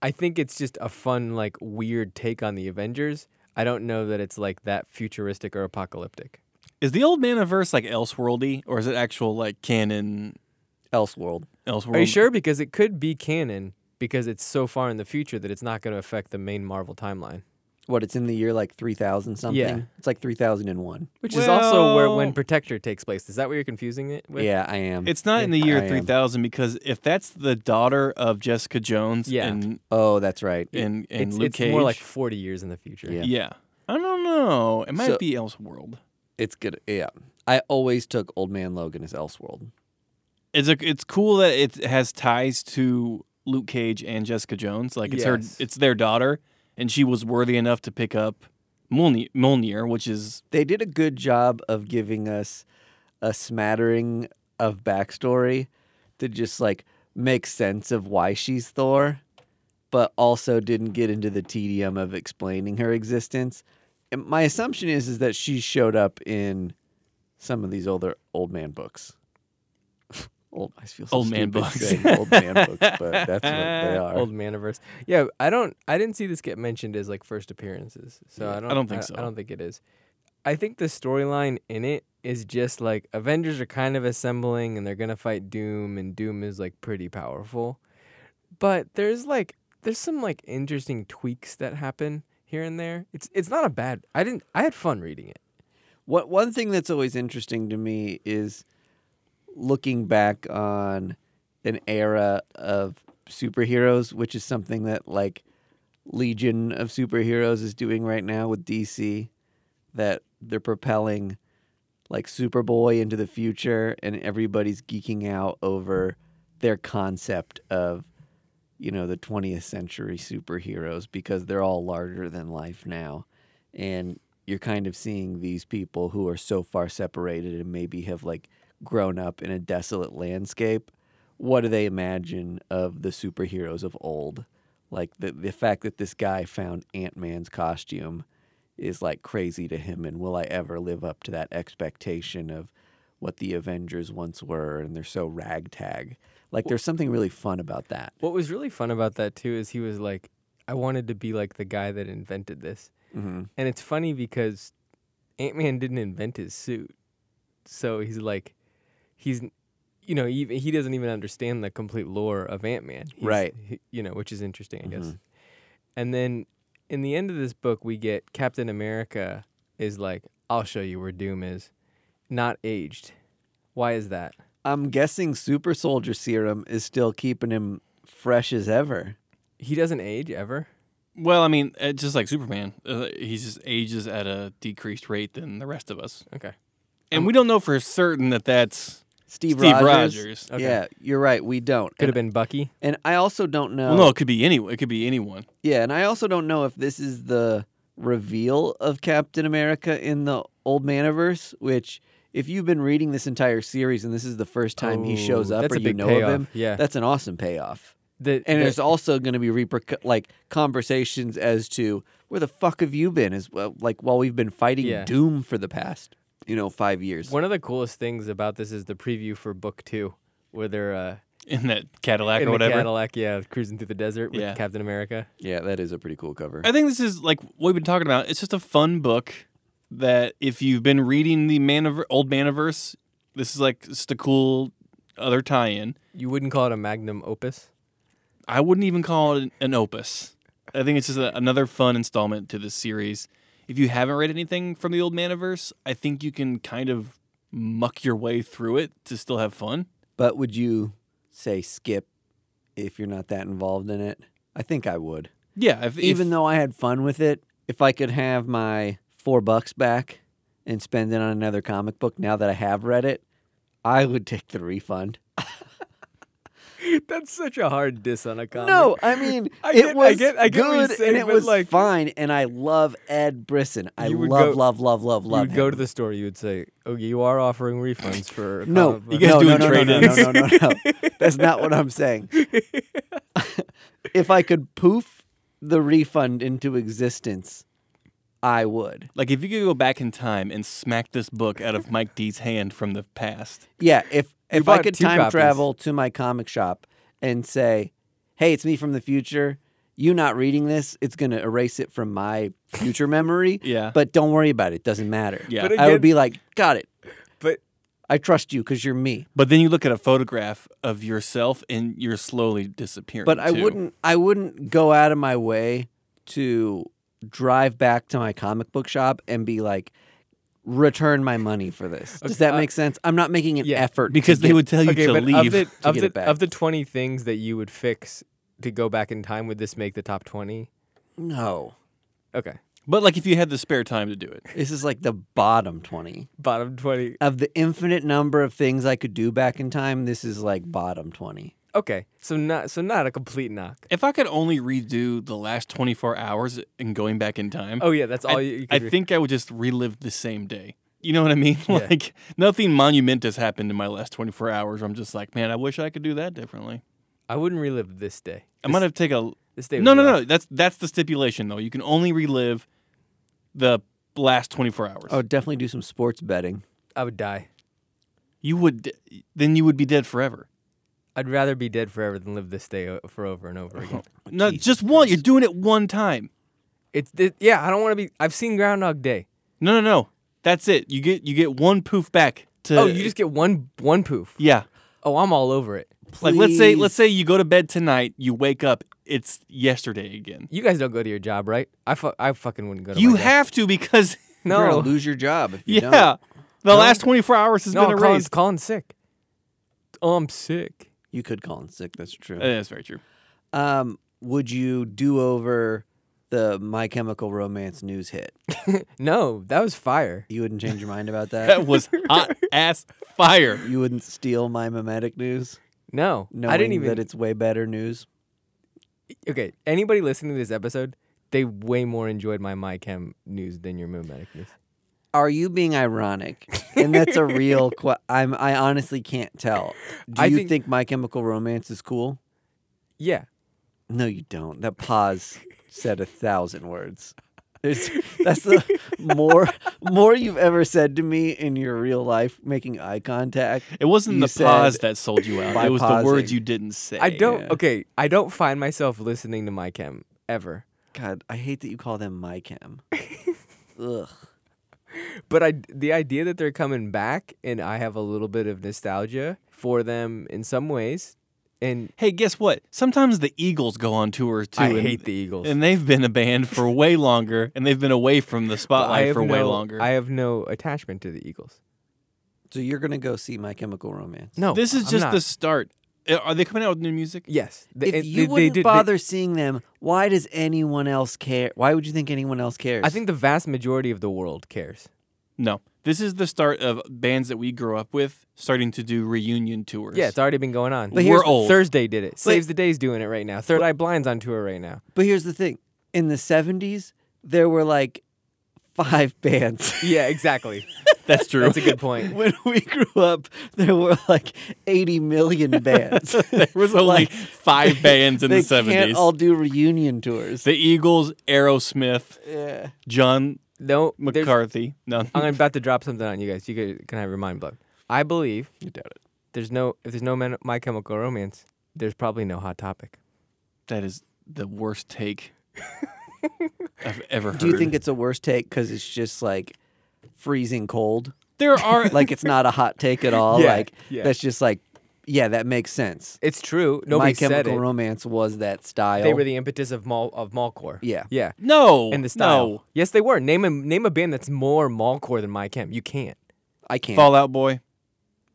[SPEAKER 1] I think it's just a fun, like weird take on the Avengers. I don't know that it's like that futuristic or apocalyptic.
[SPEAKER 3] Is the old Maniverse like Elseworldy or is it actual like canon
[SPEAKER 2] Elseworld.
[SPEAKER 3] Elseworld?
[SPEAKER 1] Are you sure? Because it could be canon because it's so far in the future that it's not going to affect the main Marvel timeline,
[SPEAKER 2] what it's in the year like 3000 something
[SPEAKER 1] Yeah.
[SPEAKER 2] it's like 3001
[SPEAKER 1] which is also where when
[SPEAKER 3] Well-
[SPEAKER 1] Protector takes place. Is that what you're confusing it with?
[SPEAKER 2] yeah i am
[SPEAKER 3] It's not in the year
[SPEAKER 2] I am.
[SPEAKER 3] 3000 because if that's the daughter of Jessica Jones
[SPEAKER 1] Yeah.
[SPEAKER 3] and,
[SPEAKER 2] oh that's right
[SPEAKER 3] and, and
[SPEAKER 1] it's,
[SPEAKER 3] Luke
[SPEAKER 1] it's
[SPEAKER 3] Cage.
[SPEAKER 1] more like 40 years in the future.
[SPEAKER 2] Yeah.
[SPEAKER 3] yeah. I don't know. It might
[SPEAKER 2] So-
[SPEAKER 3] be Elseworld.
[SPEAKER 2] it's good yeah i always took old man logan as elseworld
[SPEAKER 3] It's a, it's cool that it has ties to Luke Cage and Jessica Jones. Like it's
[SPEAKER 1] Yes.
[SPEAKER 3] her, it's their daughter, and she was worthy enough to pick up Mjolnir, Mjolnir which is
[SPEAKER 2] they did a good job of giving us a smattering of backstory to just like make sense of why she's thor but also didn't get into the tedium of explaining her existence and my assumption is is that she showed up in some of these older old man books (laughs) old i feel so
[SPEAKER 3] Old man
[SPEAKER 2] stupid
[SPEAKER 3] books.
[SPEAKER 2] saying old man books but that's what
[SPEAKER 3] (laughs)
[SPEAKER 2] they are
[SPEAKER 1] Old Maniverse. Yeah, I don't. I didn't see this get mentioned as like first appearances, so I don't.
[SPEAKER 3] don't think so.
[SPEAKER 1] I don't think it is. I think the storyline in it is just like Avengers are kind of assembling, and they're gonna fight Doom, and Doom is like pretty powerful, but there's like there's some like interesting tweaks that happen here and there. It's it's not a bad. I didn't. I had fun reading it.
[SPEAKER 2] What one thing that's always interesting to me is looking back on an era of superheroes, which is something that like Legion of Superheroes is doing right now with DC, that they're propelling like Superboy into the future, and everybody's geeking out over their concept of you know the 20th century superheroes because they're all larger than life now and you're kind of seeing these people who are so far separated and maybe have like grown up in a desolate landscape what do they imagine of the superheroes of old like the the fact that this guy found ant-man's costume is like crazy to him and will i ever live up to that expectation of what the avengers once were and they're so ragtag like there's something really fun about that
[SPEAKER 1] What was really fun about that too is he was like, I wanted to be like the guy that invented this.
[SPEAKER 2] Mhm.
[SPEAKER 1] And it's funny because Ant Man didn't invent his suit. So he's like, he's, you know, even, he doesn't even understand the complete lore of Ant Man.
[SPEAKER 2] Right. Mm-hmm.
[SPEAKER 1] you know, which is interesting, I guess. And then in the end of this book, we get Captain America is like, I'll show you where Doom is. Not aged. Why is that?
[SPEAKER 2] I'm guessing super soldier serum is still keeping him fresh as ever.
[SPEAKER 1] He doesn't age ever.
[SPEAKER 3] Well, I mean, uh, just like Superman, uh, he just ages at a decreased rate than the rest of us,
[SPEAKER 1] Okay.
[SPEAKER 3] and we don't know for certain that that's
[SPEAKER 2] Steve,
[SPEAKER 3] Steve
[SPEAKER 2] Rogers.
[SPEAKER 3] Rogers.
[SPEAKER 1] Okay.
[SPEAKER 2] Yeah, you're right. We don't.
[SPEAKER 1] Could have
[SPEAKER 2] and,
[SPEAKER 1] been Bucky.
[SPEAKER 2] and I also don't know.
[SPEAKER 3] Well, no, it could be any. It could be anyone.
[SPEAKER 2] Yeah, and I also don't know if this is the reveal of Captain America in the Old Maniverse, which if you've been reading this entire series and this is the first time he shows
[SPEAKER 1] Oh,
[SPEAKER 2] up
[SPEAKER 1] that's
[SPEAKER 2] or
[SPEAKER 1] a
[SPEAKER 2] you
[SPEAKER 1] big
[SPEAKER 2] know
[SPEAKER 1] payoff.
[SPEAKER 2] of him,
[SPEAKER 1] Yeah.
[SPEAKER 2] that's an awesome payoff.
[SPEAKER 1] The,
[SPEAKER 2] And
[SPEAKER 1] the-
[SPEAKER 2] there's also going to be repercu- like conversations as to where the fuck have you been? As well, like while we've been fighting
[SPEAKER 1] Yeah.
[SPEAKER 2] Doom for the past, you know, five years.
[SPEAKER 1] one of the coolest things about this is the preview for book two, where they're uh,
[SPEAKER 3] in that Cadillac
[SPEAKER 1] in
[SPEAKER 3] or
[SPEAKER 1] the
[SPEAKER 3] whatever.
[SPEAKER 1] Cadillac, yeah, cruising through the desert with
[SPEAKER 3] Yeah.
[SPEAKER 1] Captain America.
[SPEAKER 2] Yeah, that is a pretty cool cover.
[SPEAKER 3] I think this is like what we've been talking about. It's just a fun book that if you've been reading the Maniver- old Maniverse, this is like just a cool other tie-in.
[SPEAKER 1] You wouldn't call it a magnum opus.
[SPEAKER 3] I wouldn't even call it an opus. I think it's just a, another fun installment to this series. If you haven't read anything from the old Maniverse, I think you can kind of muck your way through it to still have fun.
[SPEAKER 2] But would you say skip if you're not that involved in it? I think I would.
[SPEAKER 3] Yeah, if,
[SPEAKER 2] Even
[SPEAKER 3] if,
[SPEAKER 2] though I had fun with it, if I could have my four bucks back and spend it on another comic book now that I have read it, I would take the refund.
[SPEAKER 1] That's such a hard diss on a comic.
[SPEAKER 2] No, I mean
[SPEAKER 1] (laughs) I
[SPEAKER 2] it
[SPEAKER 1] get- I
[SPEAKER 2] was
[SPEAKER 1] get- I get what you're
[SPEAKER 2] good
[SPEAKER 1] saying,
[SPEAKER 2] and it
[SPEAKER 1] but,
[SPEAKER 2] was
[SPEAKER 1] like-
[SPEAKER 2] fine, and I love Ed Brisson. I
[SPEAKER 1] You would
[SPEAKER 2] love,
[SPEAKER 1] go-
[SPEAKER 2] love, love, love,
[SPEAKER 1] you
[SPEAKER 2] love.
[SPEAKER 1] would go
[SPEAKER 2] him.
[SPEAKER 1] to the store. You would say, "Oh, you are offering refunds for a
[SPEAKER 2] no,
[SPEAKER 1] comic
[SPEAKER 2] you
[SPEAKER 1] book."
[SPEAKER 3] guys
[SPEAKER 2] no,
[SPEAKER 3] do
[SPEAKER 2] no, no,
[SPEAKER 3] a
[SPEAKER 2] no, no,
[SPEAKER 3] trade-in.
[SPEAKER 2] no, no, no,
[SPEAKER 3] (laughs)
[SPEAKER 2] no. That's not what I'm saying. if I could poof the refund into existence, I would.
[SPEAKER 3] like if you could go back in time and smack this book out of Mike D's hand from the past,
[SPEAKER 2] Yeah, if if I
[SPEAKER 1] bought
[SPEAKER 2] could
[SPEAKER 1] two
[SPEAKER 2] time
[SPEAKER 1] copies.
[SPEAKER 2] travel to my comic shop and say, "Hey, it's me from the future. You not reading this, it's going to erase it from my future memory.
[SPEAKER 3] Yeah.
[SPEAKER 2] But don't worry about it. Doesn't matter.
[SPEAKER 3] Yeah.
[SPEAKER 2] But
[SPEAKER 3] But
[SPEAKER 2] I
[SPEAKER 1] again-
[SPEAKER 2] would be like, "Got it.
[SPEAKER 1] but
[SPEAKER 2] I trust you cuz you're me."
[SPEAKER 3] but then you look at a photograph of yourself and you're slowly disappearing.
[SPEAKER 2] But I
[SPEAKER 3] too.
[SPEAKER 2] wouldn't I wouldn't go out of my way to drive back to my comic book shop and be like return my money for this. Does that
[SPEAKER 1] uh,
[SPEAKER 2] make sense? I'm not making an
[SPEAKER 1] yeah,
[SPEAKER 2] effort to
[SPEAKER 3] because they
[SPEAKER 2] get-
[SPEAKER 3] would tell you
[SPEAKER 1] okay,
[SPEAKER 3] to
[SPEAKER 1] but
[SPEAKER 3] leave.
[SPEAKER 1] of the
[SPEAKER 2] to
[SPEAKER 1] of
[SPEAKER 2] get
[SPEAKER 1] the,
[SPEAKER 2] it back.
[SPEAKER 1] of the twenty things that you would fix to go back in time, would this make the top twenty?
[SPEAKER 2] No.
[SPEAKER 1] Okay,
[SPEAKER 3] (laughs) but like if you had the spare time to do it,
[SPEAKER 2] This is like the bottom 20.
[SPEAKER 1] bottom twenty.
[SPEAKER 2] Of the infinite number of things I could do back in time, this is like bottom 20.
[SPEAKER 1] Okay, so not so not a complete knock.
[SPEAKER 3] if I could only redo the last 24 hours and going back in time,
[SPEAKER 1] Oh yeah, that's all
[SPEAKER 3] I,
[SPEAKER 1] you. you
[SPEAKER 3] I
[SPEAKER 1] could re-
[SPEAKER 3] think I would just relive the same day. You know what I mean? (laughs) Like nothing monumentous happened in my last 24 hours. I'm just like, man, I wish I could do that differently.
[SPEAKER 1] I wouldn't relive this day.
[SPEAKER 3] I'm gonna take a
[SPEAKER 1] This day. was
[SPEAKER 3] no, no,
[SPEAKER 1] rough.
[SPEAKER 3] no. That's that's the stipulation though. You can only relive the last 24 hours.
[SPEAKER 1] Oh.
[SPEAKER 2] I would definitely do some sports betting.
[SPEAKER 1] I would die.
[SPEAKER 3] You would then you would be dead forever.
[SPEAKER 1] I'd rather be dead forever than live this day o- for over and over
[SPEAKER 2] (laughs)
[SPEAKER 1] again.
[SPEAKER 3] No, just one. You're doing it one time.
[SPEAKER 1] it's it, yeah. I don't want to be. I've seen Groundhog Day.
[SPEAKER 3] No, no, no. That's it. You get you get one poof back to
[SPEAKER 1] Oh, you
[SPEAKER 2] Uh,
[SPEAKER 1] just get one one poof.
[SPEAKER 3] Yeah.
[SPEAKER 1] Oh, I'm all over it.
[SPEAKER 3] Like let's say
[SPEAKER 2] Please.
[SPEAKER 3] let's say you go to bed tonight, you wake up, it's yesterday again.
[SPEAKER 1] You guys don't go to your job, right? I fu- I fucking wouldn't go to.
[SPEAKER 3] You
[SPEAKER 1] my job.
[SPEAKER 3] have to because (laughs)
[SPEAKER 2] You're
[SPEAKER 1] no
[SPEAKER 2] going to lose your job if you
[SPEAKER 3] yeah,
[SPEAKER 2] don't.
[SPEAKER 3] the last 24 hours has
[SPEAKER 1] no.
[SPEAKER 3] been
[SPEAKER 1] Colin's
[SPEAKER 3] erased.
[SPEAKER 1] calling sick. Oh, I'm sick.
[SPEAKER 2] You could call in sick. That's true.
[SPEAKER 3] That's very true.
[SPEAKER 2] Um, would you do over the My Chemical Romance news hit?
[SPEAKER 1] No, that was fire.
[SPEAKER 2] You wouldn't change your mind about
[SPEAKER 1] (laughs)
[SPEAKER 2] that.
[SPEAKER 3] That was hot ass fire.
[SPEAKER 2] you wouldn't steal my mimetic news,
[SPEAKER 1] No,
[SPEAKER 2] knowing
[SPEAKER 1] I didn't even.
[SPEAKER 2] that it's way better news.
[SPEAKER 1] okay, anybody listening to this episode, they way more enjoyed my MyChem news than your Moon Medic news.
[SPEAKER 2] Are you being ironic? And that's
[SPEAKER 1] (laughs)
[SPEAKER 2] a real. Qu- I'm. I honestly can't tell. Do
[SPEAKER 1] I
[SPEAKER 2] you
[SPEAKER 1] think-
[SPEAKER 2] think My Chemical Romance is cool?
[SPEAKER 1] Yeah,
[SPEAKER 2] No, you don't. That pause said a thousand words. It's, that's the more more you've ever said to me in your real life, making eye contact.
[SPEAKER 3] It wasn't
[SPEAKER 2] You
[SPEAKER 3] the
[SPEAKER 2] said
[SPEAKER 3] pause that sold you out.
[SPEAKER 2] by
[SPEAKER 3] It was the words
[SPEAKER 2] pausing.
[SPEAKER 3] you didn't say.
[SPEAKER 1] I don't.
[SPEAKER 2] yeah.
[SPEAKER 1] Okay, I don't find myself listening to my chem ever,
[SPEAKER 2] God, I hate that you call them
[SPEAKER 1] (laughs)
[SPEAKER 2] my chem. Ugh.
[SPEAKER 1] but I the idea that they're coming back and I have a little bit of nostalgia for them in some ways, and
[SPEAKER 3] Hey, guess what? Sometimes the Eagles go on tour too.
[SPEAKER 1] I
[SPEAKER 3] and,
[SPEAKER 1] hate the Eagles.
[SPEAKER 3] And they've been a band for way longer, and they've been away from the
[SPEAKER 1] but I
[SPEAKER 3] spotlight
[SPEAKER 1] have
[SPEAKER 3] uh, for way
[SPEAKER 1] no-
[SPEAKER 3] longer.
[SPEAKER 1] I have no attachment to the Eagles.
[SPEAKER 2] So you're gonna go see My Chemical Romance?
[SPEAKER 1] No,
[SPEAKER 3] this is
[SPEAKER 1] I'm
[SPEAKER 3] just
[SPEAKER 1] not.
[SPEAKER 3] the start. Uh, Are they coming out with new music?
[SPEAKER 1] Yes, they,
[SPEAKER 2] If
[SPEAKER 1] it-
[SPEAKER 2] you
[SPEAKER 1] they- they
[SPEAKER 2] wouldn't
[SPEAKER 1] did- they-
[SPEAKER 2] bother seeing them, why does anyone else care? Why would you think anyone else cares?
[SPEAKER 1] I think the vast majority of the world cares.
[SPEAKER 3] No. This is the start of bands that we grew up with starting to do reunion tours.
[SPEAKER 1] Yeah, it's already been going on.
[SPEAKER 3] But We're here's- old.
[SPEAKER 1] Thursday did it. Saves the Day's doing it right now. Third Eye Blind's on tour right now.
[SPEAKER 2] But here's the thing: in the '70s, there were like five (laughs) bands.
[SPEAKER 1] Yeah, exactly.
[SPEAKER 3] that's true.
[SPEAKER 1] That's a
[SPEAKER 3] (laughs)
[SPEAKER 1] good
[SPEAKER 2] (laughs)
[SPEAKER 1] point.
[SPEAKER 2] when we grew up, there were like 80 million
[SPEAKER 1] (laughs)
[SPEAKER 2] bands.
[SPEAKER 3] there was only
[SPEAKER 2] Like,
[SPEAKER 3] five bands
[SPEAKER 2] (laughs)
[SPEAKER 3] in
[SPEAKER 2] they
[SPEAKER 3] the seventies.
[SPEAKER 2] can't all do reunion tours.
[SPEAKER 3] the Eagles, Aerosmith,
[SPEAKER 2] yeah.
[SPEAKER 3] John
[SPEAKER 1] No, there's- Uh,
[SPEAKER 3] McCarthy. No,
[SPEAKER 1] I'm about to drop something on you guys. You guys can have your mind blown. I believe
[SPEAKER 2] You doubt it.
[SPEAKER 1] there's no if there's no men, My Chemical Romance, there's probably no Hot Topic.
[SPEAKER 3] that is the worst
[SPEAKER 1] (laughs)
[SPEAKER 3] take I've ever heard.
[SPEAKER 2] Do you think it's a worse take because it's just like freezing cold?
[SPEAKER 3] there
[SPEAKER 1] (laughs)
[SPEAKER 3] are
[SPEAKER 2] Like it's not a hot take at all.
[SPEAKER 1] Yeah,
[SPEAKER 2] like
[SPEAKER 1] yeah.
[SPEAKER 2] that's just like, yeah, that makes sense.
[SPEAKER 1] It's true. Nobody
[SPEAKER 2] My
[SPEAKER 1] said it.
[SPEAKER 2] Chemical Romance was that style.
[SPEAKER 1] They were the impetus of mall of mallcore.
[SPEAKER 2] Yeah.
[SPEAKER 1] yeah,
[SPEAKER 3] no
[SPEAKER 1] and the style.
[SPEAKER 3] No.
[SPEAKER 1] Yes, they were. Name a name a band that's more mallcore than My Chem. You can't.
[SPEAKER 2] I can't.
[SPEAKER 3] Fallout Boy,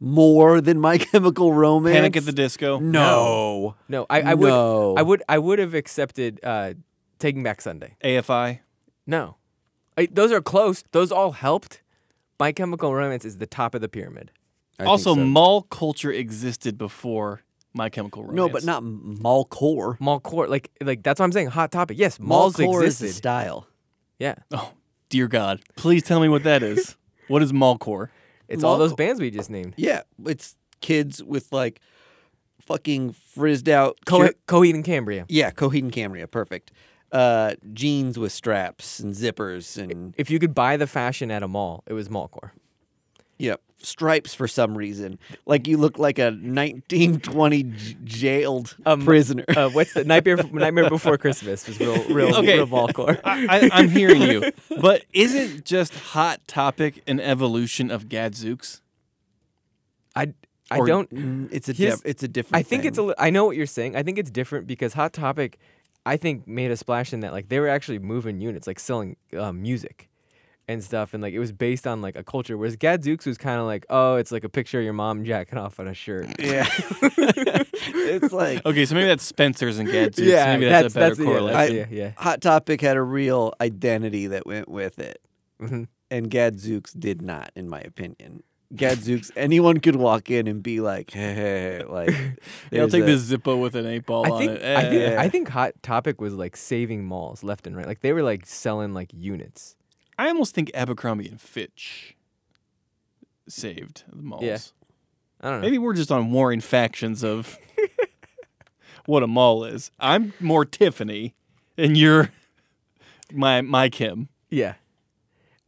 [SPEAKER 2] More than My (laughs) Chemical Romance.
[SPEAKER 3] Panic at the Disco.
[SPEAKER 2] No.
[SPEAKER 1] No, I, I would.
[SPEAKER 2] No.
[SPEAKER 1] I would. I would have accepted uh, Taking Back Sunday.
[SPEAKER 3] AFI.
[SPEAKER 1] No. I, those are close. Those all helped. My Chemical Romance is the top of the pyramid.
[SPEAKER 2] I think
[SPEAKER 3] also,
[SPEAKER 2] so.
[SPEAKER 3] mall culture existed before My Chemical Romance.
[SPEAKER 2] no, but not mallcore.
[SPEAKER 1] Mall court, like, like that's what I'm saying. Hot topic. Yes, malls
[SPEAKER 2] Mallcore is the
[SPEAKER 1] existed.
[SPEAKER 2] style.
[SPEAKER 1] yeah,
[SPEAKER 3] Oh, dear God! Please tell me what that is. what is mallcore?
[SPEAKER 1] it's all those
[SPEAKER 2] Mallcore-
[SPEAKER 1] bands we just (laughs) named.
[SPEAKER 2] Yeah, it's kids with like fucking frizzed out.
[SPEAKER 1] Co-
[SPEAKER 2] shirt-
[SPEAKER 1] Coheed and Cambria.
[SPEAKER 2] yeah, Coheed and Cambria, perfect. Uh, jeans with straps and zippers and
[SPEAKER 1] If you could buy the fashion at a mall, it was mallcore.
[SPEAKER 2] yeah, stripes for some reason. Like you look like a 1920 j- jailed prisoner.
[SPEAKER 1] Uh, what's the Nightmare Nightmare Before Christmas was real, (laughs) real,
[SPEAKER 3] Okay.
[SPEAKER 1] real mallcore.
[SPEAKER 3] (laughs) I, I, I'm hearing you, but isn't just hot topic an evolution of Gadzooks?
[SPEAKER 1] I, I
[SPEAKER 3] Or-
[SPEAKER 1] don't.
[SPEAKER 2] Mm, it's a
[SPEAKER 1] Here's-
[SPEAKER 2] diff- it's a different.
[SPEAKER 1] I think it's a. li- I know what you're saying. I think it's different because Hot Topic, I think made a splash in that like they were actually moving units, like selling um, music and stuff, and like it was based on like a culture. Whereas Gadzooks was kind of like, oh, it's like a picture of your mom jacking off on a shirt.
[SPEAKER 2] yeah. (laughs) it's like
[SPEAKER 3] Okay, so maybe that's Spencer's and Gadzooks.
[SPEAKER 1] Yeah,
[SPEAKER 3] maybe that's,
[SPEAKER 1] that's-
[SPEAKER 3] a better
[SPEAKER 1] that's- yeah,
[SPEAKER 3] correlation.
[SPEAKER 1] that's-
[SPEAKER 2] I-
[SPEAKER 1] yeah, yeah.
[SPEAKER 2] Hot Topic had a real identity that went with it.
[SPEAKER 3] Mm-hmm.
[SPEAKER 1] Mhm.
[SPEAKER 2] and Gadzooks did not, in my opinion. Gadzooks, (laughs) anyone could walk in and be like, hey, hey, hey,"
[SPEAKER 3] (laughs)
[SPEAKER 2] like,
[SPEAKER 3] Yeah, I'll
[SPEAKER 2] there's
[SPEAKER 3] take
[SPEAKER 2] a-
[SPEAKER 3] this Zippo with an eight ball
[SPEAKER 1] I
[SPEAKER 3] on
[SPEAKER 1] think,
[SPEAKER 3] it.
[SPEAKER 1] I think
[SPEAKER 3] Eh.
[SPEAKER 1] I think Hot Topic was like saving malls left and right. Like they were like selling like units.
[SPEAKER 3] I almost think Abercrombie and Fitch saved the malls.
[SPEAKER 1] Yeah. I don't know.
[SPEAKER 3] Maybe we're just on warring factions of (laughs) what a mall is. I'm more Tiffany, and you're my my Kim.
[SPEAKER 1] Yeah,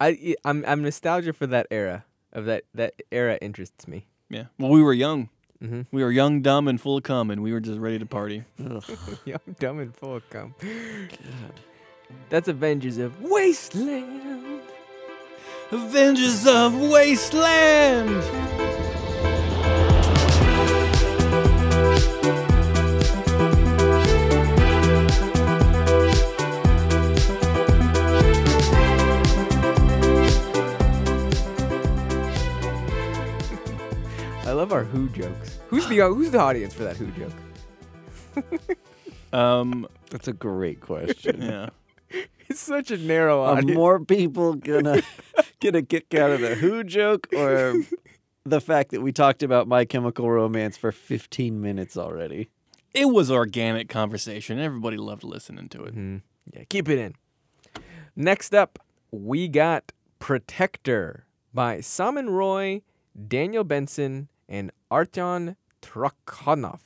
[SPEAKER 1] I I'm I'm nostalgia for that era of that that era interests me.
[SPEAKER 3] Yeah. Well, we were young.
[SPEAKER 1] Mhm.
[SPEAKER 3] We were young, dumb, and full of cum, and we were just ready to party.
[SPEAKER 1] (laughs) Yo, I'm dumb and full of cum. (sighs) That's Avengers of Wasteland.
[SPEAKER 3] Avengers of Wasteland.
[SPEAKER 1] I love our who jokes. Who's the uh, who's the audience for that who joke?
[SPEAKER 3] Um,
[SPEAKER 2] That's a great
[SPEAKER 3] (laughs)
[SPEAKER 2] question.
[SPEAKER 3] yeah.
[SPEAKER 1] It's such a narrow
[SPEAKER 2] Are
[SPEAKER 1] audience.
[SPEAKER 2] more people
[SPEAKER 3] (laughs)
[SPEAKER 2] gonna get a kick out of the Who joke or the fact that we talked about My Chemical Romance for 15 minutes already?
[SPEAKER 3] It was organic conversation. Everybody loved listening to it.
[SPEAKER 1] Yeah, keep it in. Next up, we got Protector by Simon Roy, Daniel Benson, and Artyom Trukhanov.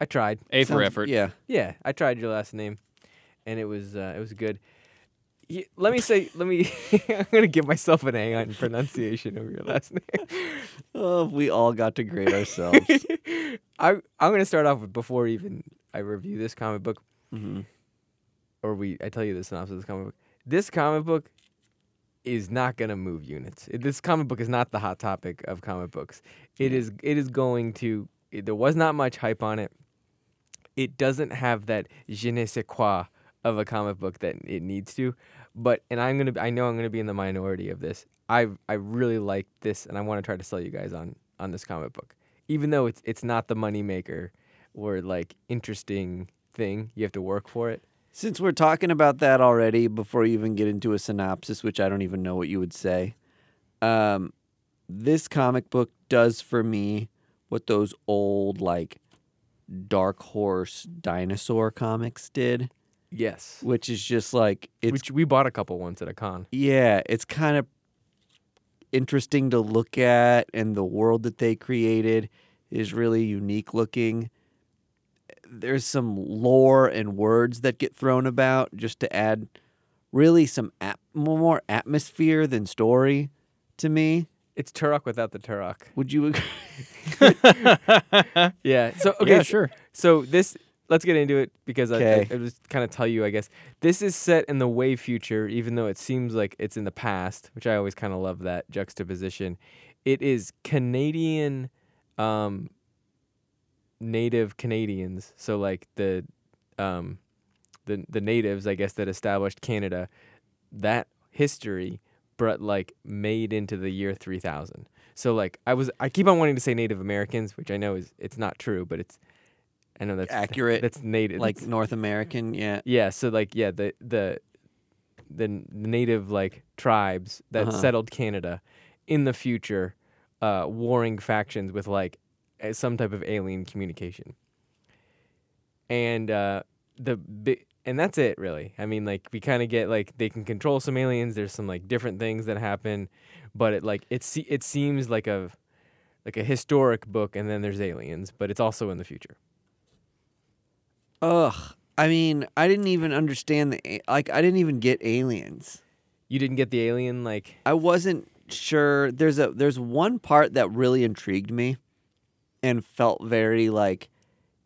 [SPEAKER 1] I tried.
[SPEAKER 3] A for
[SPEAKER 2] Sounds-
[SPEAKER 3] effort.
[SPEAKER 2] Yeah.
[SPEAKER 1] Yeah, I tried your last name, and it was uh, it was good. Y- Let me say, let me. (laughs) I'm gonna give myself an A on pronunciation of your last name.
[SPEAKER 2] Oh, if we all got to grade ourselves.
[SPEAKER 1] I I'm gonna start off with before even I review this comic book,
[SPEAKER 2] Mhm.
[SPEAKER 1] or we I tell you the synopsis of this comic book. This comic book is not gonna move units. It- This comic book is not the hot topic of comic books. It is it is going to. it- there was not much hype on it. It doesn't have that je ne sais quoi of a comic book that it needs to. But and I'm gonna I know I'm gonna be in the minority of this. I I really like this and I want to try to sell you guys on on this comic book even though it's it's not the moneymaker or like interesting thing, you have to work for it.
[SPEAKER 2] Since we're talking about that already, before you even get into a synopsis, which I don't even know what you would say, um, this comic book does for me what those old, like, Dark Horse dinosaur comics did,
[SPEAKER 1] Yes.
[SPEAKER 2] which is just like, it's
[SPEAKER 1] Which we bought a couple once at a con.
[SPEAKER 2] Yeah, it's kind of interesting to look at, and the world that they created is really unique looking. There's some lore and words that get thrown about just to add really some at- more atmosphere than story to me.
[SPEAKER 1] It's Turok without the Turok.
[SPEAKER 2] Would you agree?
[SPEAKER 1] Yeah. So okay.
[SPEAKER 3] yeah,
[SPEAKER 1] so-
[SPEAKER 3] sure.
[SPEAKER 1] So this, let's get into it because I, I,
[SPEAKER 2] Okay.
[SPEAKER 1] I just kind of tell you, I guess this is set in the way future, even though it seems like it's in the past, which I always kind of love that juxtaposition. It is Canadian, um, native Canadians. So like the, um, the the natives, I guess, that established Canada. That history, but like made into the year three thousand. So like I was, I keep on wanting to say Native Americans, which I know is it's not true, but it's I know that's (laughs)
[SPEAKER 2] Accurate,
[SPEAKER 1] That's native,
[SPEAKER 2] Like North American, yeah.
[SPEAKER 1] yeah. So like yeah, the the the n- native like tribes that
[SPEAKER 2] Uh-huh.
[SPEAKER 1] settled Canada in the future, uh, warring factions with like a- some type of alien communication. And uh, the bi- and that's it really. I mean, like we kind of get like they can control some aliens. There's some like different things that happen, but it like it se- it seems like a like a historic book, and then there's aliens, but it's also in the future.
[SPEAKER 2] Ugh. I mean, I didn't even understand the a- like. I didn't even get aliens.
[SPEAKER 1] You didn't get the alien like
[SPEAKER 2] I wasn't sure. There's a there's one part that really intrigued me, and felt very like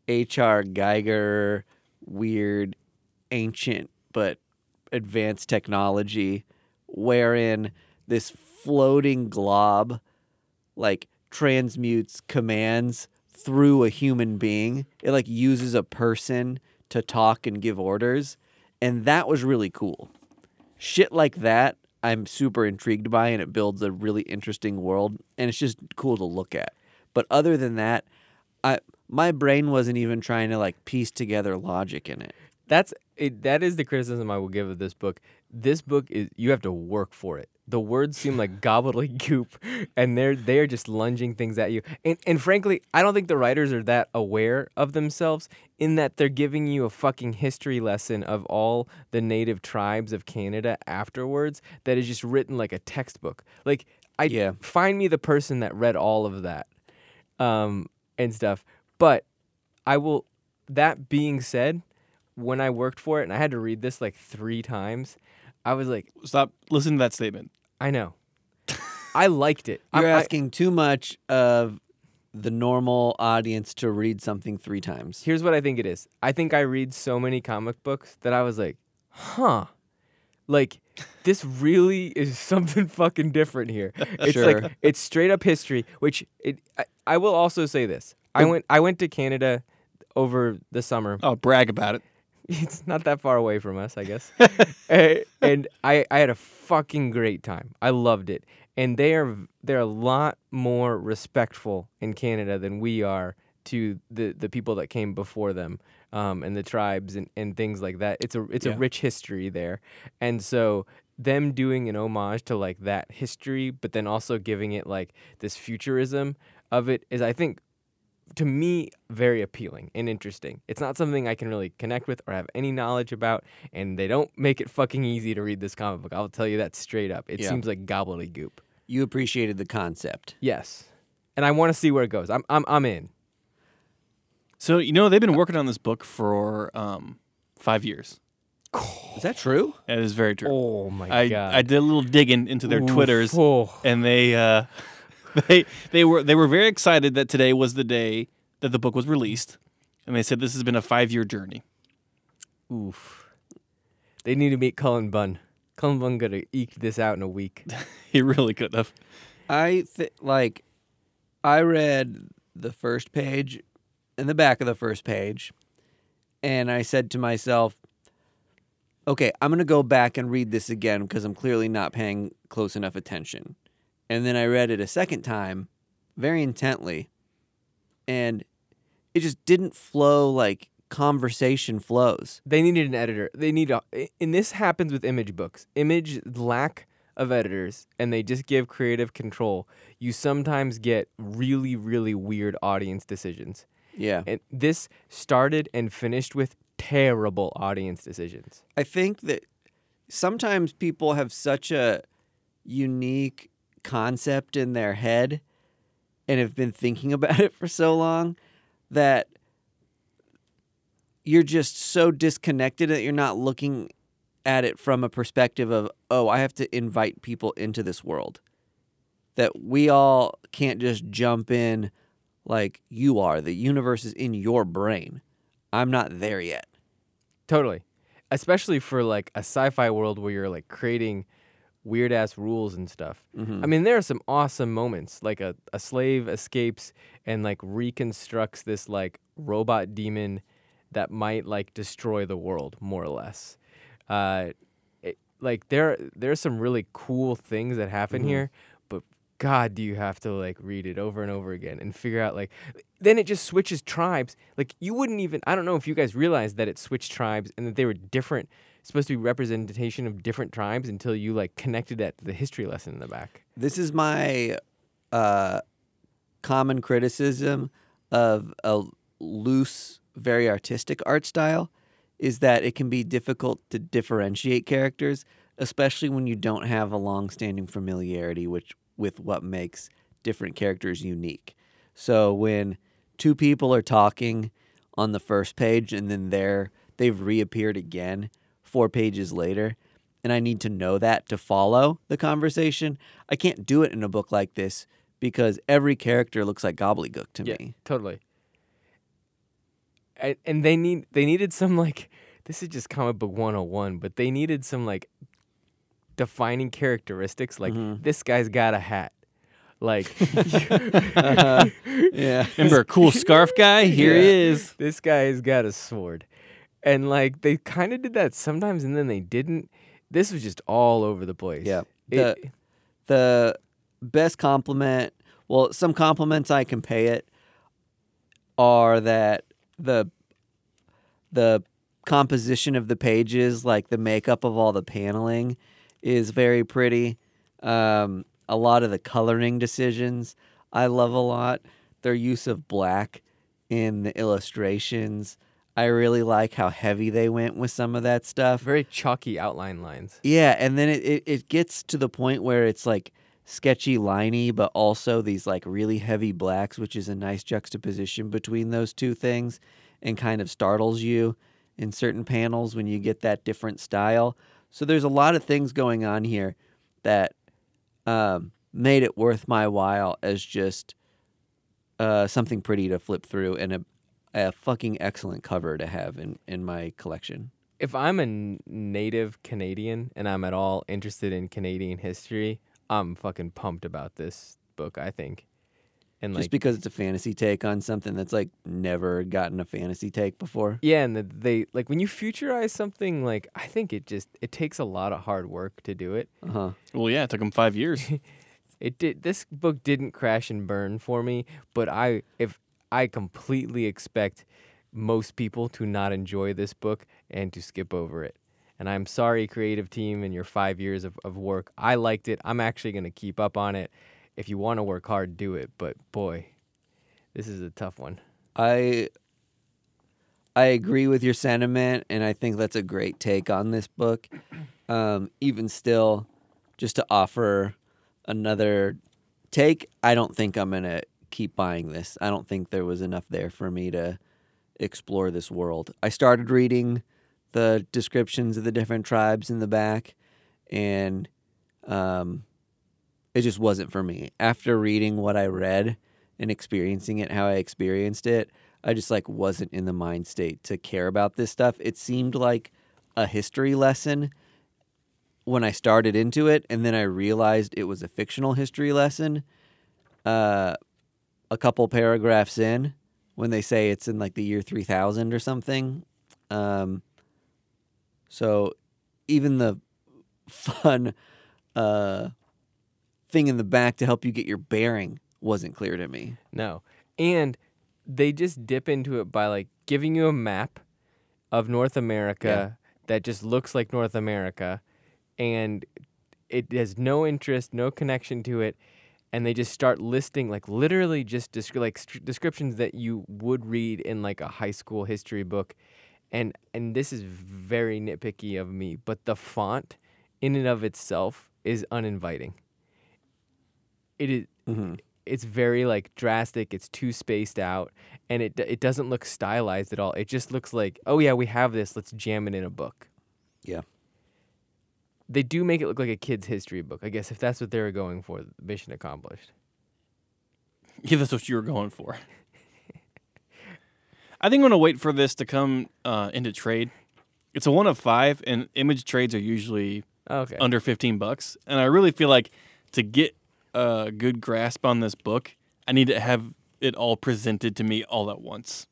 [SPEAKER 2] H.R. Geiger, weird, ancient but advanced technology, wherein this floating glob, like transmutes commands through a human being. It like uses a person to talk and give orders, and that was really cool shit like that I'm super intrigued by and it builds a really interesting world and it's just cool to look at. But other than that, I my brain wasn't even trying to like piece together logic in it.
[SPEAKER 1] that's it, that is the criticism I will give of this book. This book is you have to work for it. The words seem like gobbledygook, and they're they're just lunging things at you. And and frankly, I don't think the writers are that aware of themselves in that they're giving you a fucking history lesson of all the native tribes of Canada afterwards that is just written like a textbook. Like I
[SPEAKER 2] Yeah.
[SPEAKER 1] find me the person that read all of that um, and stuff. But I will. That being said, when I worked for it and I had to read this like three times, I was like,
[SPEAKER 3] (laughs) Stop. Listen to that statement.
[SPEAKER 1] I
[SPEAKER 2] (laughs)
[SPEAKER 1] know, I liked it. I'm-
[SPEAKER 2] You're
[SPEAKER 1] I-
[SPEAKER 2] asking too much of the normal audience to read something three times.
[SPEAKER 1] here's what I think it is. I think I read so many comic books that I was like, huh, like this really is (laughs) something fucking different
[SPEAKER 2] (laughs)
[SPEAKER 1] here. It's
[SPEAKER 2] Sure.
[SPEAKER 1] like it's straight up history. Which it, I, I will also say this. I went I went to Canada over the summer.
[SPEAKER 3] Oh, brag about it.
[SPEAKER 1] (laughs) it's not that far away from us, I guess. Eh, and I, I had a fucking great time. I loved it. and they are they're a lot more respectful in Canada than we are to the the people that came before them um, and the tribes and, and things like that. It's a it's a
[SPEAKER 3] Yeah.
[SPEAKER 1] rich history there, and so them doing an homage to like that history, but then also giving it like this futurism of it is I think to me very appealing and interesting. It's not something I can really connect with or have any knowledge about, and they don't make it fucking easy to read this comic book. I'll tell you that straight up. It
[SPEAKER 3] Yeah.
[SPEAKER 1] seems like gobbledygook.
[SPEAKER 2] You appreciated the concept.
[SPEAKER 1] Yes, and I want to see where it goes. I'm I'm I'm in.
[SPEAKER 3] So you know they've been working on this book for um, five years.
[SPEAKER 2] Is that true?
[SPEAKER 3] That is very true.
[SPEAKER 1] Oh my
[SPEAKER 3] I,
[SPEAKER 1] god!
[SPEAKER 3] I did a little digging into their
[SPEAKER 1] Oof.
[SPEAKER 3] twitters,
[SPEAKER 1] Oh.
[SPEAKER 3] and they uh, (laughs) they they were they were very excited that today was the day that the book was released, and they said this has been a five year journey. (laughs)
[SPEAKER 1] Oof. They need to meet Cullen Bunn. Cullen Bunn gonna eke this out in a week.
[SPEAKER 3] He really could have.
[SPEAKER 2] I th- like I read the first page and the back of the first page and I said to myself, "Okay, I'm going to go back and read this again because I'm clearly not paying close enough attention." And then I read it a second time very intently and it just didn't flow like conversation flows.
[SPEAKER 1] They needed an editor. They need a, and this happens with image books. Image lack of editors, and they just give creative control. You sometimes get really, really weird audience decisions.
[SPEAKER 2] Yeah.
[SPEAKER 1] And this started and finished with terrible audience decisions.
[SPEAKER 2] I think that sometimes people have such a unique concept in their head and have been thinking (laughs) about it for so long that you're just so disconnected that you're not looking at it from a perspective of, oh, I have to invite people into this world. That we all can't just jump in like you are. The universe is in your brain. I'm not there yet.
[SPEAKER 1] Totally. Especially for like a sci-fi world where you're like creating weird ass rules and stuff. I mean, there are some awesome moments. Like a, a slave escapes and like reconstructs this like robot demon that might like destroy the world, more or less. Uh it, like there there's some really cool things that happen here, but God, do you have to like read it over and over again and figure out like then it just switches tribes. Like you wouldn't even I don't know if you guys realized that it switched tribes and that they were different supposed to be representation of different tribes until you like connected that to the history lesson in the back.
[SPEAKER 2] This is my uh, common criticism of a loose, very artistic art style is that it can be difficult to differentiate characters, especially when you don't have a long-standing familiarity which, with what makes different characters unique. So when two people are talking on the first page and then they're they've reappeared again four pages later and I need to know that to follow the conversation. I can't do it in a book like this because every character looks like gobbledygook to me.
[SPEAKER 1] Totally. And, and they need they needed some like this is just comic book 101, but they needed some like defining characteristics like
[SPEAKER 3] Mm-hmm.
[SPEAKER 1] this guy's got a hat.
[SPEAKER 3] (laughs)
[SPEAKER 1] Like (laughs)
[SPEAKER 2] Yeah.
[SPEAKER 3] Remember, a
[SPEAKER 1] (laughs)
[SPEAKER 3] cool scarf guy. Here he
[SPEAKER 2] Yeah.
[SPEAKER 3] is.
[SPEAKER 1] this guy's got a sword. And like they kind of did that sometimes and then they didn't. This was just all over the place.
[SPEAKER 2] (laughs) Yeah.
[SPEAKER 1] It-
[SPEAKER 2] The, the best compliment, well, some compliments I can pay it are that the the composition of the pages, like the makeup of all the paneling, is very pretty. Um, a lot of the coloring decisions I love a lot. Their use of black in the illustrations. I really like how heavy they went with some of that stuff.
[SPEAKER 1] very chalky outline lines.
[SPEAKER 2] Yeah, and then it, it, it gets to the point where it's like sketchy liney, but also these like really heavy blacks, which is a nice juxtaposition between those two things and kind of startles you in certain panels when you get that different style. So there's a lot of things going on here that um, made it worth my while as just uh, something pretty to flip through and a, a fucking excellent cover to have in, in my collection.
[SPEAKER 1] if I'm a n- native Canadian and I'm at all interested in Canadian history, I'm fucking pumped about this book, I think. And like
[SPEAKER 2] just because it's a fantasy take on something that's like never gotten a fantasy take before.
[SPEAKER 1] yeah, and that they like when you futurize something like I think it just it takes a lot of hard work to do it.
[SPEAKER 2] Uh huh.
[SPEAKER 3] Well, yeah, it took him five years. (laughs)
[SPEAKER 1] It did. This book didn't crash and burn for me, but I if I completely expect most people to not enjoy this book and to skip over it. And I'm sorry, creative team, and your five years of, of work. I liked it. I'm actually going to keep up on it. If you want to work hard, do it. But boy, this is a tough one.
[SPEAKER 2] I I agree with your sentiment, and I think that's a great take on this book. Um, even still, just to offer another take, I don't think I'm gonna keep buying this. I don't think there was enough there for me to explore this world. I started reading the descriptions of the different tribes in the back, and um, it just wasn't for me. After reading what I read and experiencing it how I experienced it, I just like wasn't in the mind state to care about this stuff. It seemed like a history lesson when I started into it, and then I realized it was a fictional history lesson. Uh, a couple paragraphs in, when they say it's in like the year three thousand or something, um, so even the (laughs) fun uh, thing in the back to help you get your bearing wasn't clear to me.
[SPEAKER 1] No. And they just dip into it by like giving you a map of North America that just looks like North America and it has no interest, no connection to it. And they just start listing, like literally just descri- like st- descriptions that you would read in like a high school history book, and and this is very nitpicky of me, but the font, in and of itself, is uninviting. It is-
[SPEAKER 2] Mm-hmm.
[SPEAKER 1] it's very like drastic it's too spaced out and it it doesn't look stylized at all it just looks like oh yeah we have this let's jam it in a book
[SPEAKER 2] Yeah.
[SPEAKER 1] they do make it look like a kids history book i guess if that's what they were going for mission accomplished
[SPEAKER 3] Yeah, that's what you were going for. I think I'm gonna wait for this to come uh, into trade. It's a one of five, and image trades are usually
[SPEAKER 1] okay
[SPEAKER 3] under 15 bucks. And I really feel like to get a good grasp on this book, I need to have it all presented to me all at once,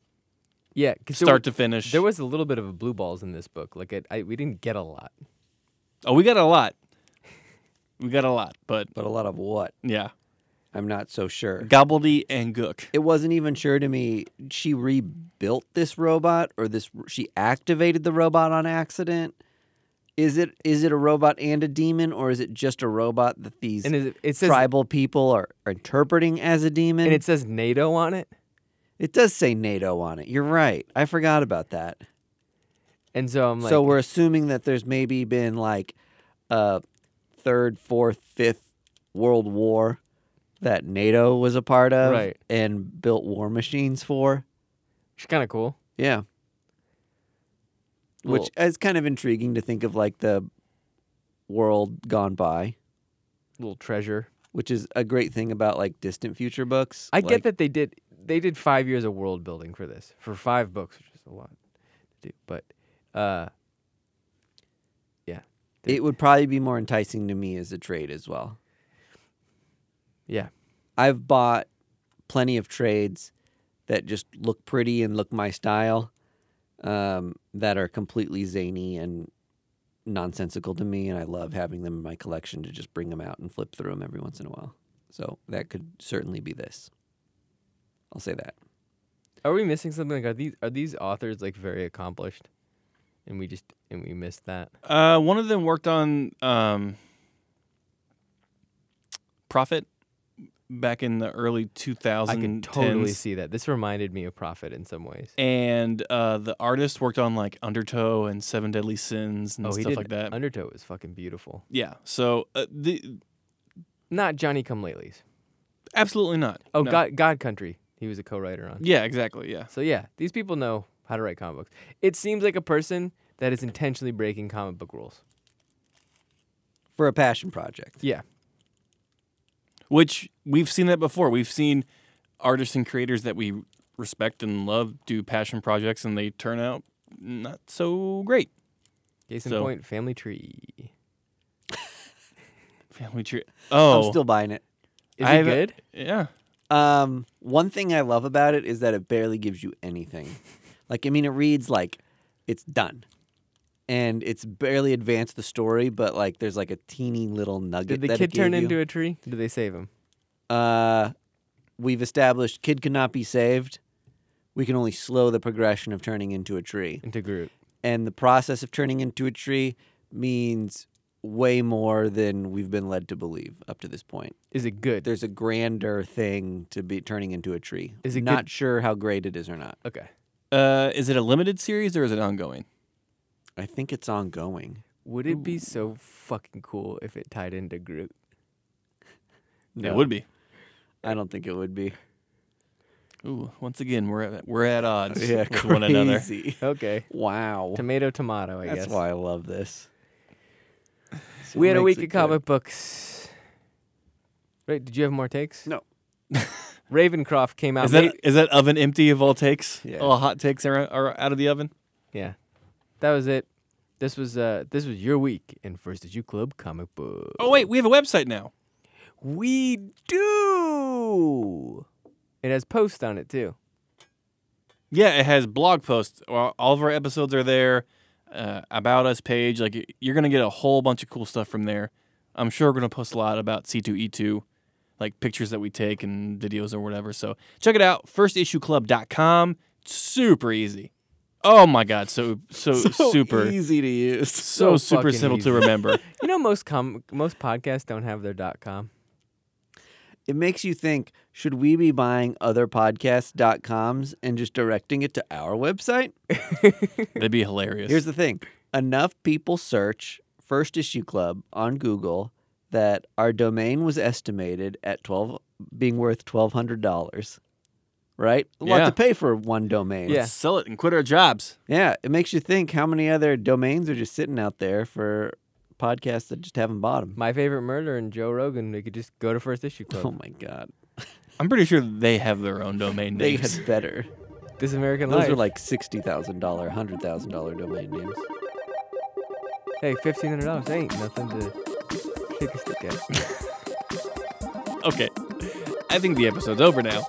[SPEAKER 1] yeah 'cause there
[SPEAKER 3] start
[SPEAKER 1] wa-
[SPEAKER 3] to finish.
[SPEAKER 1] there was a little bit of a blue balls in this book like it, I, we didn't get a lot
[SPEAKER 3] oh, we got a lot. We got a lot, but
[SPEAKER 2] But a lot of what?
[SPEAKER 3] yeah,
[SPEAKER 2] I'm not so sure.
[SPEAKER 3] gobbledy and gook.
[SPEAKER 2] It wasn't even sure to me. She rebuilt this robot, or this she activated the robot on accident. Is it is it a robot and a demon, or is it just a robot that these
[SPEAKER 1] and it, it says
[SPEAKER 2] tribal people are, are interpreting as a demon?
[SPEAKER 1] and it says nato on it
[SPEAKER 2] it does say NATO on it. You're right. I forgot about that.
[SPEAKER 1] and so i'm like
[SPEAKER 2] so we're assuming that there's maybe been like a third, fourth, fifth world war that NATO was a part of
[SPEAKER 1] Right.
[SPEAKER 2] and built war machines for.
[SPEAKER 1] it's kind of cool
[SPEAKER 2] Yeah. Which
[SPEAKER 1] Well-
[SPEAKER 2] is kind of intriguing to think of like the world gone by,
[SPEAKER 1] little treasure
[SPEAKER 2] which is a great thing about like distant future books.
[SPEAKER 1] I
[SPEAKER 2] Like,
[SPEAKER 1] get that they did they did five years of world building for this for five books, which is a lot to do. But uh, yeah,
[SPEAKER 2] it would probably be more enticing to me as a trade as well.
[SPEAKER 1] yeah,
[SPEAKER 2] I've bought plenty of trades that just look pretty and look my style, um, that are completely zany and nonsensical to me, and I love having them in my collection to just bring them out and flip through them every once in a while. So that could certainly be this. I'll say that.
[SPEAKER 1] Are we missing something? Like, are these are these authors like very accomplished, and we just and we missed that?
[SPEAKER 3] Uh, one of them worked on um, Profit back in the early 2000s.
[SPEAKER 1] I can totally see that. This reminded me of Prophet in some ways.
[SPEAKER 3] And uh, the artist worked on like Undertow and Seven Deadly Sins and
[SPEAKER 1] oh, he
[SPEAKER 3] stuff
[SPEAKER 1] did
[SPEAKER 3] like that.
[SPEAKER 1] Undertow was fucking beautiful.
[SPEAKER 3] yeah. So uh, the
[SPEAKER 1] Not Johnny Come Latelys.
[SPEAKER 3] absolutely not.
[SPEAKER 1] Oh,
[SPEAKER 3] No.
[SPEAKER 1] God, God Country. He was a co-writer on.
[SPEAKER 3] Yeah, exactly. Yeah.
[SPEAKER 1] So yeah, these people know how to write comic books. It seems like a person that is intentionally breaking comic book rules.
[SPEAKER 2] For a passion project.
[SPEAKER 1] Yeah.
[SPEAKER 3] Which we've seen that before. We've seen artists and creators that we respect and love do passion projects and they turn out not so great.
[SPEAKER 1] Case in
[SPEAKER 3] So-
[SPEAKER 1] point, Family Tree.
[SPEAKER 3] Family tree. Oh,
[SPEAKER 2] I'm still buying it.
[SPEAKER 1] Is
[SPEAKER 3] I
[SPEAKER 1] it
[SPEAKER 3] haven't-
[SPEAKER 1] good?
[SPEAKER 3] yeah.
[SPEAKER 2] Um, one thing I love
[SPEAKER 1] (laughs)
[SPEAKER 2] about it is that it barely gives you anything. Like, I mean, it reads like it's done. and it's barely advanced the story, but like there's like a teeny little nugget.
[SPEAKER 1] Did the
[SPEAKER 2] that
[SPEAKER 1] kid
[SPEAKER 2] it
[SPEAKER 1] turn
[SPEAKER 2] gave
[SPEAKER 1] into
[SPEAKER 2] you.
[SPEAKER 1] a tree? Did they save him?
[SPEAKER 2] Uh, we've established kid cannot be saved. We can only slow the progression of turning into a tree,
[SPEAKER 1] Into Groot.
[SPEAKER 2] and the process of turning into a tree means way more than we've been led to believe up to this point.
[SPEAKER 1] Is it good?
[SPEAKER 2] There's a grander thing to be turning into a tree.
[SPEAKER 1] Is it good-
[SPEAKER 2] not sure how great it is or not?
[SPEAKER 1] okay.
[SPEAKER 3] Uh, is it a limited series or is it ongoing?
[SPEAKER 2] I think it's ongoing.
[SPEAKER 1] Would it be so fucking cool if it tied into Groot?
[SPEAKER 2] No.
[SPEAKER 3] It would be.
[SPEAKER 2] I don't think it would be.
[SPEAKER 3] Ooh, once again, we're at we're at (laughs) odds
[SPEAKER 2] Yeah,
[SPEAKER 3] with one another.
[SPEAKER 2] crazy.
[SPEAKER 1] Okay.
[SPEAKER 2] Wow.
[SPEAKER 1] Tomato, tomato. I
[SPEAKER 2] That's
[SPEAKER 1] guess.
[SPEAKER 2] why I love this. That's
[SPEAKER 1] we
[SPEAKER 2] what
[SPEAKER 1] had a week
[SPEAKER 2] makes it
[SPEAKER 1] of comic books. Right? Did you have more takes?
[SPEAKER 2] No.
[SPEAKER 1] (laughs) Ravencroft came out.
[SPEAKER 3] Is that
[SPEAKER 1] late-
[SPEAKER 3] is that oven empty of all takes?
[SPEAKER 2] Yeah.
[SPEAKER 3] All hot takes are, are out of the oven.
[SPEAKER 1] yeah. That was it. This was uh this was your week in First Is You Club comic book.
[SPEAKER 3] Oh wait, we have a website now.
[SPEAKER 1] We do. It has posts on it too.
[SPEAKER 3] Yeah, it has blog posts. All all of our episodes are there. Uh, about us page, like you're gonna get a whole bunch of cool stuff from there. I'm sure we're gonna post a lot about C2E2, like pictures that we take and videos or whatever. So check it out. Firstissueclub.com. Super easy. Oh my god, so
[SPEAKER 2] (laughs)
[SPEAKER 3] so,
[SPEAKER 2] So
[SPEAKER 3] super
[SPEAKER 2] easy to use.
[SPEAKER 1] So
[SPEAKER 3] so, super
[SPEAKER 1] fucking
[SPEAKER 3] simple
[SPEAKER 1] easy.
[SPEAKER 3] to
[SPEAKER 2] (laughs)
[SPEAKER 3] remember.
[SPEAKER 1] You know most com- most podcasts don't have their dot com.
[SPEAKER 2] It makes you think: Should we be buying other podcasts.coms and just directing it to our website?
[SPEAKER 3] That'd be hilarious.
[SPEAKER 2] Here's the thing: Enough people search First Issue Club on Google that our domain was estimated at twelve being worth twelve hundred dollars. Right, a lot
[SPEAKER 3] Yeah.
[SPEAKER 2] to pay for one domain.
[SPEAKER 1] Yeah.
[SPEAKER 3] Sell it and quit our jobs.
[SPEAKER 2] Yeah, it makes you think how many other domains are just sitting out there for podcasts that just haven't bought them.
[SPEAKER 1] My favorite murder and Joe Rogan. They could just go to First Issue Club.
[SPEAKER 2] Oh my god,
[SPEAKER 3] I'm pretty sure they have their own domain
[SPEAKER 2] they
[SPEAKER 3] names. (laughs)
[SPEAKER 2] had better.
[SPEAKER 1] This American
[SPEAKER 2] Those
[SPEAKER 1] Life.
[SPEAKER 2] are like sixty thousand dollar, hundred thousand dollar domain names.
[SPEAKER 1] hey, fifteen hundred dollars ain't nothing to shake a stick at.
[SPEAKER 3] okay. I think the episode's over now.